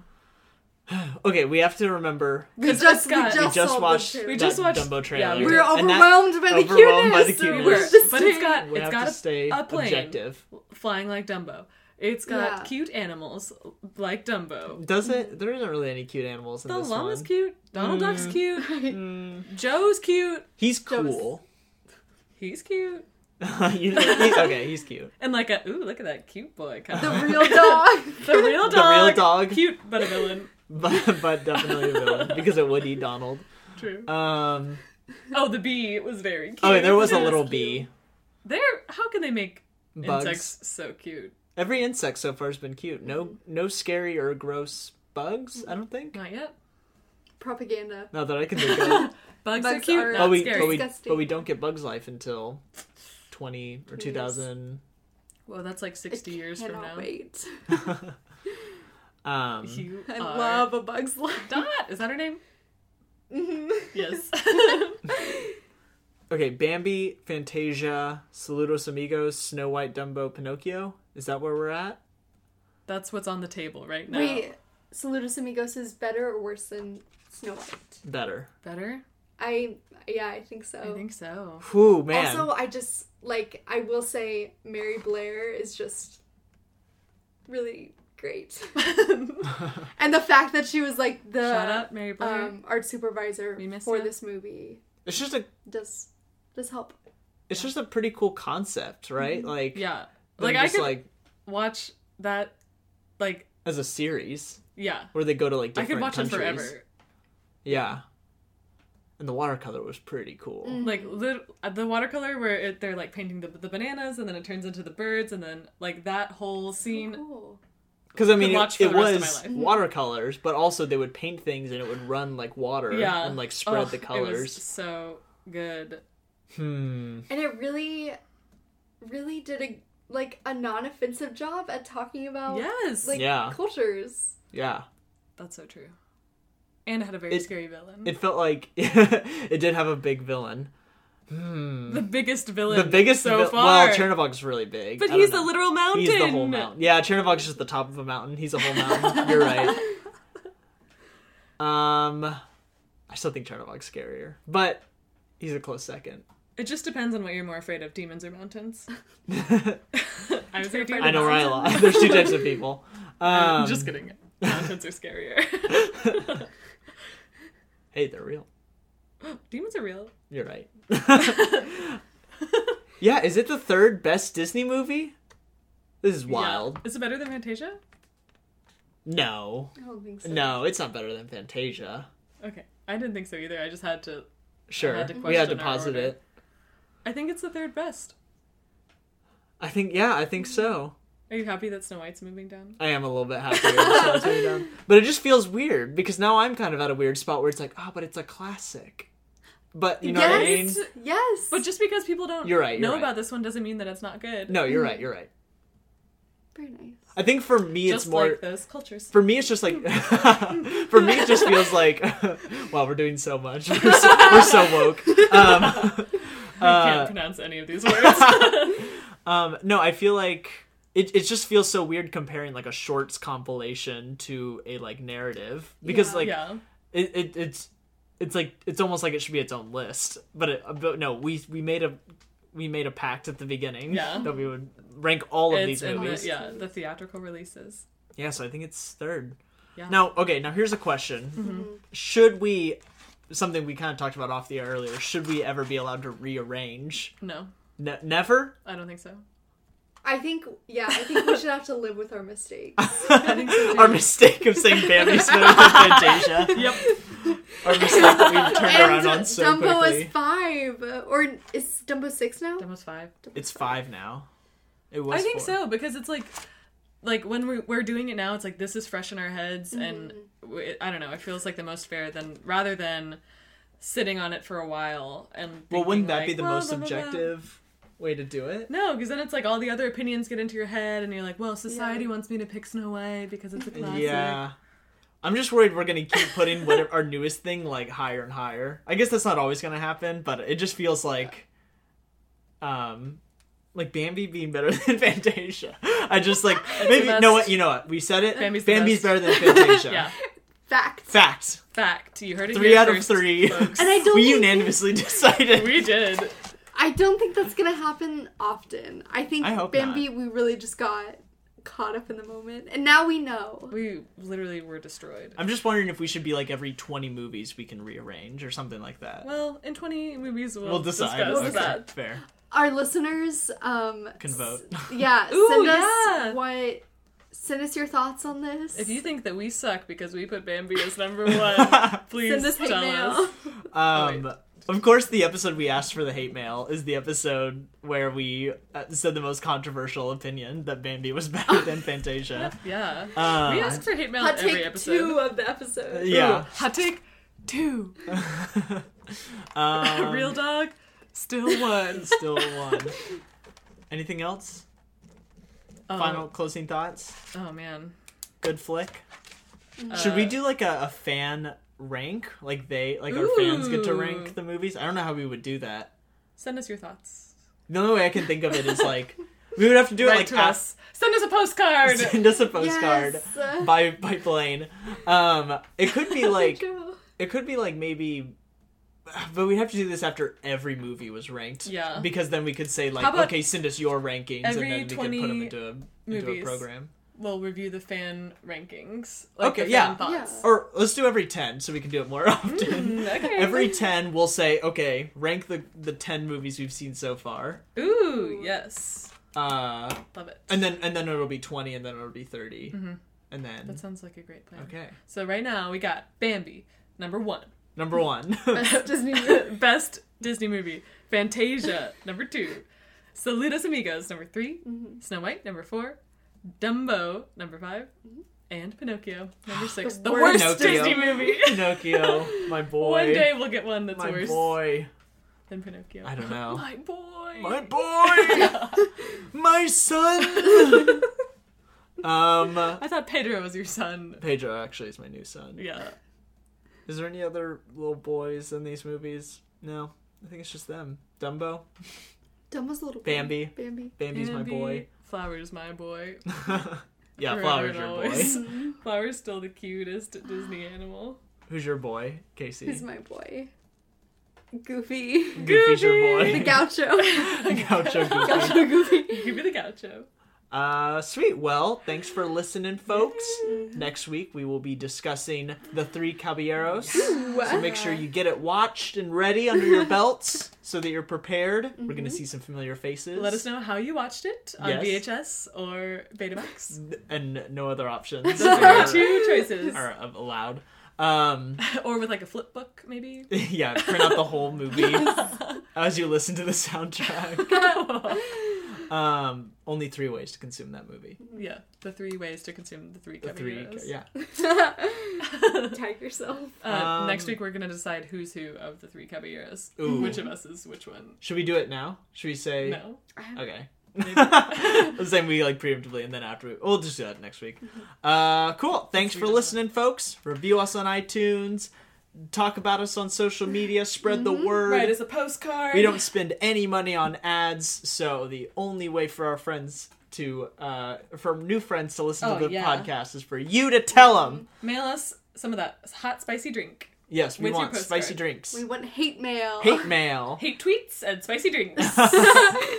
Speaker 1: Okay, we have to remember
Speaker 3: we
Speaker 2: 'Cause
Speaker 3: just,
Speaker 2: it's got-
Speaker 3: we
Speaker 1: we
Speaker 3: just
Speaker 1: just
Speaker 3: saw the
Speaker 1: watched
Speaker 3: two.
Speaker 2: We just
Speaker 1: that
Speaker 2: watched-
Speaker 1: Dumbo
Speaker 2: yeah,
Speaker 1: trailer.
Speaker 2: we
Speaker 3: We were
Speaker 1: and that-
Speaker 3: overwhelmed by the
Speaker 1: overwhelmed
Speaker 3: cuteness.
Speaker 1: by the
Speaker 3: so
Speaker 2: We
Speaker 1: cuteness.
Speaker 2: were,
Speaker 3: we're just
Speaker 2: but it's
Speaker 3: saying-
Speaker 2: got
Speaker 1: we
Speaker 2: it's
Speaker 1: have
Speaker 2: got
Speaker 1: to
Speaker 2: a,
Speaker 1: stay
Speaker 2: a plane
Speaker 1: objective.
Speaker 2: flying like Dumbo. It's got
Speaker 3: Yeah.
Speaker 2: cute animals like Dumbo.
Speaker 1: Doesn't there isn't really any cute animals in
Speaker 2: The
Speaker 1: this
Speaker 2: llama's
Speaker 1: one. Mm.
Speaker 2: cute. Donald Duck's cute. Joe's cute.
Speaker 1: He's
Speaker 3: That was-
Speaker 1: cool.
Speaker 2: He's cute.
Speaker 1: You- he- okay, he's cute.
Speaker 2: And like a ooh, look at that cute boy. Kind
Speaker 3: the
Speaker 2: of
Speaker 3: real dog.
Speaker 2: the real
Speaker 1: The real
Speaker 2: dog.
Speaker 1: dog.
Speaker 2: Cute but a villain.
Speaker 1: But but definitely a villain because it would eat Donald.
Speaker 2: True.
Speaker 1: Um
Speaker 2: Oh, the bee was very cute.
Speaker 1: Oh, and there was a
Speaker 2: It
Speaker 1: little
Speaker 2: cute.
Speaker 1: bee.
Speaker 2: There, how can they make
Speaker 1: Bugs.
Speaker 2: insects so cute?
Speaker 1: Every insect so far has been cute. No no scary or gross bugs, I don't think.
Speaker 2: Not yet.
Speaker 3: Propaganda.
Speaker 1: Not that I can think of.
Speaker 2: Bugs, are
Speaker 3: Bugs
Speaker 2: cute.
Speaker 3: are-
Speaker 2: not
Speaker 1: but we,
Speaker 2: scary.
Speaker 1: but we,
Speaker 3: Disgusting.
Speaker 1: but we don't get Bugs Life until twenty or two thousand.
Speaker 2: Well, that's like
Speaker 3: I
Speaker 2: sixty years from
Speaker 3: cannot
Speaker 2: now.
Speaker 3: Wait.
Speaker 1: Um,
Speaker 2: You
Speaker 3: I
Speaker 2: are-
Speaker 3: love a Bug's Life.
Speaker 2: Dot. Is that her name?
Speaker 3: Mm-hmm.
Speaker 2: Yes.
Speaker 1: okay, Bambi, Fantasia, Saludos Amigos, Snow White, Dumbo, Pinocchio. Is that where we're at?
Speaker 2: that's what's on the table right now.
Speaker 3: Wait, Saludos Amigos is better or worse than Snow White?
Speaker 1: Better.
Speaker 2: Better?
Speaker 3: I yeah, I think so.
Speaker 2: I think so.
Speaker 1: Whew, man.
Speaker 2: uh,
Speaker 3: Also, I just like I will say Mary Blair is just really great, and the fact that she was like the
Speaker 2: Shut up, Mary Blair.
Speaker 3: um, art supervisor
Speaker 2: We miss
Speaker 3: for
Speaker 2: ya.
Speaker 3: this movie
Speaker 1: it's just a
Speaker 3: does does help.
Speaker 1: it's just a pretty cool concept, right? Like
Speaker 2: Mm-hmm. yeah.
Speaker 1: them
Speaker 2: Like I
Speaker 1: just
Speaker 2: could
Speaker 1: like
Speaker 2: watch that. Like
Speaker 1: as a series
Speaker 2: yeah,
Speaker 1: where they go to like
Speaker 2: I
Speaker 1: different
Speaker 2: could watch
Speaker 1: countries.
Speaker 2: them forever.
Speaker 1: Yeah. And the watercolor was pretty cool.
Speaker 2: Like lit- uh, the watercolor where it, they're like painting the, the bananas and then it turns into the birds and then like that whole scene.
Speaker 3: Oh, Cool.
Speaker 1: Because I mean,
Speaker 2: Could watch
Speaker 1: it,
Speaker 2: for
Speaker 1: it
Speaker 2: the rest of
Speaker 1: was
Speaker 2: my life.
Speaker 1: watercolors, but also they would paint things and it would run like water
Speaker 2: yeah,
Speaker 1: and like spread
Speaker 2: Ugh,
Speaker 1: the
Speaker 2: it was
Speaker 1: colors.
Speaker 2: so good.
Speaker 1: Hmm.
Speaker 3: And it really, really did a like a non-offensive job at talking about
Speaker 2: Yes,
Speaker 3: Oh, like
Speaker 1: Yeah.
Speaker 3: cultures.
Speaker 1: Yeah.
Speaker 2: that's so true. And it had a very
Speaker 1: It-
Speaker 2: scary villain.
Speaker 1: It felt like it did have a big villain. Hmm.
Speaker 2: the biggest villain.
Speaker 1: The biggest
Speaker 2: so
Speaker 1: vil-
Speaker 2: far.
Speaker 1: Well, Chernobog's really big.
Speaker 2: but
Speaker 1: I don't
Speaker 2: he's the
Speaker 1: know.
Speaker 2: literal mountain.
Speaker 1: He's the whole mountain. Yeah, Chernobog's just the top of a mountain. He's a whole mountain. You're right. Um, I still think Chernobog's scarier, but he's a close second.
Speaker 2: It just depends on what you're more afraid of: demons or mountains. I was here
Speaker 1: I know where I lie. There's two types of people. Um,
Speaker 2: just kidding. Mountains are scarier.
Speaker 1: Hey, they're real.
Speaker 2: demons are real.
Speaker 1: You're right. yeah, is it the third best Disney movie? This is wild.
Speaker 2: Yeah. Is it better than Fantasia?
Speaker 1: No.
Speaker 3: I don't think so.
Speaker 1: No, it's not better than Fantasia.
Speaker 2: Okay, I didn't think so either. I just had to.
Speaker 1: Sure.
Speaker 2: had to
Speaker 1: we had to
Speaker 2: question our
Speaker 1: posit
Speaker 2: order.
Speaker 1: it.
Speaker 2: I think it's the third best.
Speaker 1: I think, yeah, I think so.
Speaker 2: Are you happy that Snow White's moving down?
Speaker 1: I am a little bit happier. so it's way down. But it just feels weird because now I'm kind of at a weird spot where it's like, oh, but it's a classic. But you know what I mean?
Speaker 3: yes, yes.
Speaker 2: But just because people don't
Speaker 1: You're right, you're
Speaker 2: know
Speaker 1: right.
Speaker 2: about this one doesn't mean that it's not good.
Speaker 1: No, you're right. You're right.
Speaker 3: very nice.
Speaker 1: I think for me,
Speaker 2: just
Speaker 1: it's more.
Speaker 2: like those cultures.
Speaker 1: for me, it's just like. for me, it just feels like. wow, we're doing so much. We're so, we're so woke. Um,
Speaker 2: I can't
Speaker 1: uh,
Speaker 2: pronounce any of these words.
Speaker 1: um, no, I feel like it, it just feels so weird comparing like a shorts compilation to a like narrative because
Speaker 3: Yeah.
Speaker 1: like
Speaker 2: yeah,
Speaker 1: it, it it's it's like it's almost like it should be its own list but it, but no we we made a we made a pact at the beginning
Speaker 2: Yeah.
Speaker 1: that we would rank all of
Speaker 2: it's
Speaker 1: these
Speaker 2: in the,
Speaker 1: movies
Speaker 2: yeah the theatrical releases.
Speaker 1: yeah so i think it's third
Speaker 2: Yeah.
Speaker 1: now okay now here's a question
Speaker 2: Mm-hmm.
Speaker 1: should we something we kind of talked about off the air earlier should we ever be allowed to rearrange
Speaker 2: No,
Speaker 1: ne- never
Speaker 2: I don't think so.
Speaker 3: I think yeah, I think we should have to live with our mistakes.
Speaker 2: think so, too.
Speaker 1: our mistake of saying Bambi Smith with Fantasia
Speaker 2: Yep,
Speaker 1: our mistake that we've turned
Speaker 3: and
Speaker 1: around on so
Speaker 3: Dumbo
Speaker 1: quickly
Speaker 3: is five, or is Dumbo six now?
Speaker 2: that was five.
Speaker 1: it's five now it was
Speaker 2: I think
Speaker 1: four.
Speaker 2: so because it's like, like when we're, we're doing it now, it's like this is fresh in our heads, and we, I don't know. It feels like the most fair than rather than sitting on it for a while and.
Speaker 1: Well,
Speaker 2: thinking,
Speaker 1: wouldn't that
Speaker 2: like,
Speaker 1: be the
Speaker 2: "Well,
Speaker 1: most
Speaker 2: blah, blah, blah."
Speaker 1: objective way to do it?
Speaker 2: No, because then it's like all the other opinions get into your head, and you're like, well, society
Speaker 3: Yeah.
Speaker 2: wants me to pick Snow White because it's a classic.
Speaker 1: Yeah. I'm just worried we're gonna keep putting whatever our newest thing like higher and higher. I guess that's not always gonna happen, but it just feels like, um, like Bambi being better than Fantasia. I just like maybe
Speaker 2: the
Speaker 1: no
Speaker 2: best.
Speaker 1: what you know what we said it.
Speaker 2: Bambi's the
Speaker 1: Bambi's
Speaker 2: best.
Speaker 1: better than Fantasia.
Speaker 2: Yeah.
Speaker 3: Fact.
Speaker 1: Fact.
Speaker 2: Fact. You heard it
Speaker 1: Three
Speaker 2: here
Speaker 1: out
Speaker 2: first,
Speaker 1: of three.
Speaker 2: folks.
Speaker 3: And I don't
Speaker 1: we
Speaker 3: think-
Speaker 1: unanimously decided.
Speaker 2: we did.
Speaker 3: I don't think that's gonna happen often. I think
Speaker 1: I hope
Speaker 3: Bambi, we really just got caught up in the moment, and now we know.
Speaker 2: We literally were destroyed.
Speaker 1: I'm just wondering if we should be like every 20 movies we can rearrange or something like that.
Speaker 2: Well, in 20 movies, we'll,
Speaker 1: we'll decide.
Speaker 2: Discuss
Speaker 1: Okay,
Speaker 2: that.
Speaker 1: Fair.
Speaker 3: Our listeners um,
Speaker 1: Can vote.
Speaker 3: s- yeah,
Speaker 2: Ooh,
Speaker 3: send us
Speaker 2: yeah.
Speaker 3: what. Send us your thoughts on this.
Speaker 2: If you think that we suck because we put Bambi as number one, please
Speaker 3: send us hate
Speaker 2: tell
Speaker 3: mail.
Speaker 2: us.
Speaker 1: Um, of course, the episode we asked for the hate mail is the episode where we uh, said the most controversial opinion that Bambi was better than Fantasia.
Speaker 2: Yeah.
Speaker 1: Um,
Speaker 2: we ask for hate mail
Speaker 3: Hot
Speaker 2: in every
Speaker 3: take
Speaker 2: episode.
Speaker 3: two of the episode.
Speaker 1: Uh, yeah.
Speaker 2: Ooh, hot take two.
Speaker 1: Um,
Speaker 2: Real dog, still one.
Speaker 1: Still one. Anything else?
Speaker 2: Oh,
Speaker 1: Final closing thoughts?
Speaker 2: Oh, man. Uh,
Speaker 1: Good flick. Should we do like a, a fan rank? Like they, like our fans get to
Speaker 2: Ooh.
Speaker 1: rank the movies? I don't know how we would do that.
Speaker 2: Send us your thoughts.
Speaker 1: The only way I can think of it is like we would have to do
Speaker 2: Write
Speaker 1: it like
Speaker 2: to
Speaker 1: ask-
Speaker 2: us. Send us a postcard.
Speaker 1: send us a postcard
Speaker 3: Yes.
Speaker 1: by by plane. Um, it could be like
Speaker 3: Joe.
Speaker 1: it could be like maybe, but we have to do this after every movie was ranked.
Speaker 2: Yeah.
Speaker 1: because then we could say like,
Speaker 2: How about
Speaker 1: okay, send us your rankings, and
Speaker 2: every
Speaker 1: then we can put them
Speaker 2: 20
Speaker 1: into a into a
Speaker 2: movies.
Speaker 1: program.
Speaker 2: we'll review the fan rankings. Like
Speaker 1: Okay,
Speaker 2: the fan
Speaker 1: yeah.
Speaker 2: Thoughts.
Speaker 1: Or let's do every ten, so we can do it more often.
Speaker 2: Okay.
Speaker 1: Every ten, we'll say, okay, rank the the ten movies we've seen so far.
Speaker 2: Ooh, yes.
Speaker 1: Uh,
Speaker 2: Love it.
Speaker 1: and then and then it'll be twenty, and then it'll be 30
Speaker 2: Mm-hmm.
Speaker 1: and
Speaker 2: That
Speaker 1: then
Speaker 2: sounds like a great plan.
Speaker 1: okay,
Speaker 2: So right now we got Bambi, number one.
Speaker 1: number one.
Speaker 3: Best Disney movie.
Speaker 2: Best Disney movie. Fantasia, number two. Saludos Amigos, number 3 Snow White, number four. Dumbo, number 5 and Pinocchio, number six. The, worst,
Speaker 3: worst
Speaker 1: Pinocchio.
Speaker 2: Disney movie.
Speaker 1: Pinocchio, my boy.
Speaker 2: One day we'll get one that's
Speaker 1: my
Speaker 2: worse
Speaker 1: boy.
Speaker 2: than Pinocchio.
Speaker 1: I don't know.
Speaker 2: my boy.
Speaker 1: My boy. my son. um,
Speaker 2: I thought Pedro was your son.
Speaker 1: Pedro actually is my new son.
Speaker 2: Yeah.
Speaker 1: Is there any other little boys in these movies? No, I think it's just them. Dumbo,
Speaker 3: Dumbo's a little boy.
Speaker 1: Bambi.
Speaker 3: Bambi.
Speaker 1: Bambi's my
Speaker 2: Andy,
Speaker 1: boy.
Speaker 2: Flowers, my boy.
Speaker 1: yeah,
Speaker 2: Forever
Speaker 1: Flower's
Speaker 2: and
Speaker 1: your
Speaker 2: always.
Speaker 1: boy.
Speaker 2: Flower's still the cutest Disney animal.
Speaker 1: Who's your boy, Casey?
Speaker 3: Who's my boy? Goofy.
Speaker 1: Goofy's your
Speaker 2: Goofy.
Speaker 1: boy.
Speaker 3: The gaucho.
Speaker 1: Gaucho Goofy.
Speaker 3: gaucho Goofy.
Speaker 2: Give me the gaucho.
Speaker 1: Uh, sweet. Well, thanks for listening, folks. Next week we will be discussing the three caballeros. So make sure you get it watched and ready under your belts so that you're prepared. We're gonna see some familiar faces.
Speaker 2: Mm-hmm. Let us know how you watched it on
Speaker 1: Yes.
Speaker 2: VHS or Betamax.
Speaker 1: And no other options
Speaker 2: Those are
Speaker 1: are,
Speaker 2: our two choices.
Speaker 1: are allowed. Um,
Speaker 2: Or with like a flip book, maybe.
Speaker 1: yeah, print out the whole movie as you listen to the soundtrack. Um, only three ways to consume that movie.
Speaker 2: yeah, the three ways to consume the three
Speaker 1: The three,
Speaker 2: caballeros.
Speaker 1: yeah.
Speaker 3: Tag yourself.
Speaker 2: Uh,
Speaker 1: Um,
Speaker 2: next week we're gonna decide who's who of the three caballeros.
Speaker 1: Ooh.
Speaker 2: Which of us is which one?
Speaker 1: Should we do it now? Should we say?
Speaker 2: No.
Speaker 1: Okay.
Speaker 2: Maybe.
Speaker 1: I'm saying we like preemptively and then after we, we'll just do that next week.
Speaker 2: Mm-hmm.
Speaker 1: Uh, cool. Thanks
Speaker 2: we
Speaker 1: for
Speaker 2: did that.
Speaker 1: listening, folks. Review us on iTunes. Talk about us on social media. Spread the word.
Speaker 2: Mm-hmm. Right, as a postcard.
Speaker 1: we don't spend any money on ads, so the only way for our friends to, uh, for new friends to listen
Speaker 2: Oh,
Speaker 1: to the
Speaker 2: yeah. Mm-hmm.
Speaker 1: podcast is for you to tell them.
Speaker 2: mail us some of that hot spicy drink.
Speaker 1: Yes, we
Speaker 2: With your
Speaker 1: want spicy
Speaker 2: postcard.
Speaker 1: drinks.
Speaker 3: We want hate mail.
Speaker 1: Hate mail.
Speaker 2: Hate tweets and spicy drinks.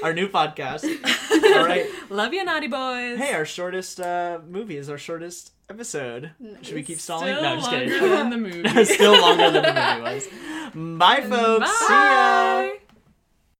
Speaker 1: our new podcast. All right.
Speaker 2: Love you, naughty boys.
Speaker 1: Hey, our shortest uh, movie is our shortest episode. Should we keep
Speaker 2: Still
Speaker 1: stalling? no, I'm just
Speaker 2: longer
Speaker 1: kidding.
Speaker 2: than the movie.
Speaker 1: Still longer than the movie was. Bye, folks. See ya.
Speaker 2: Bye.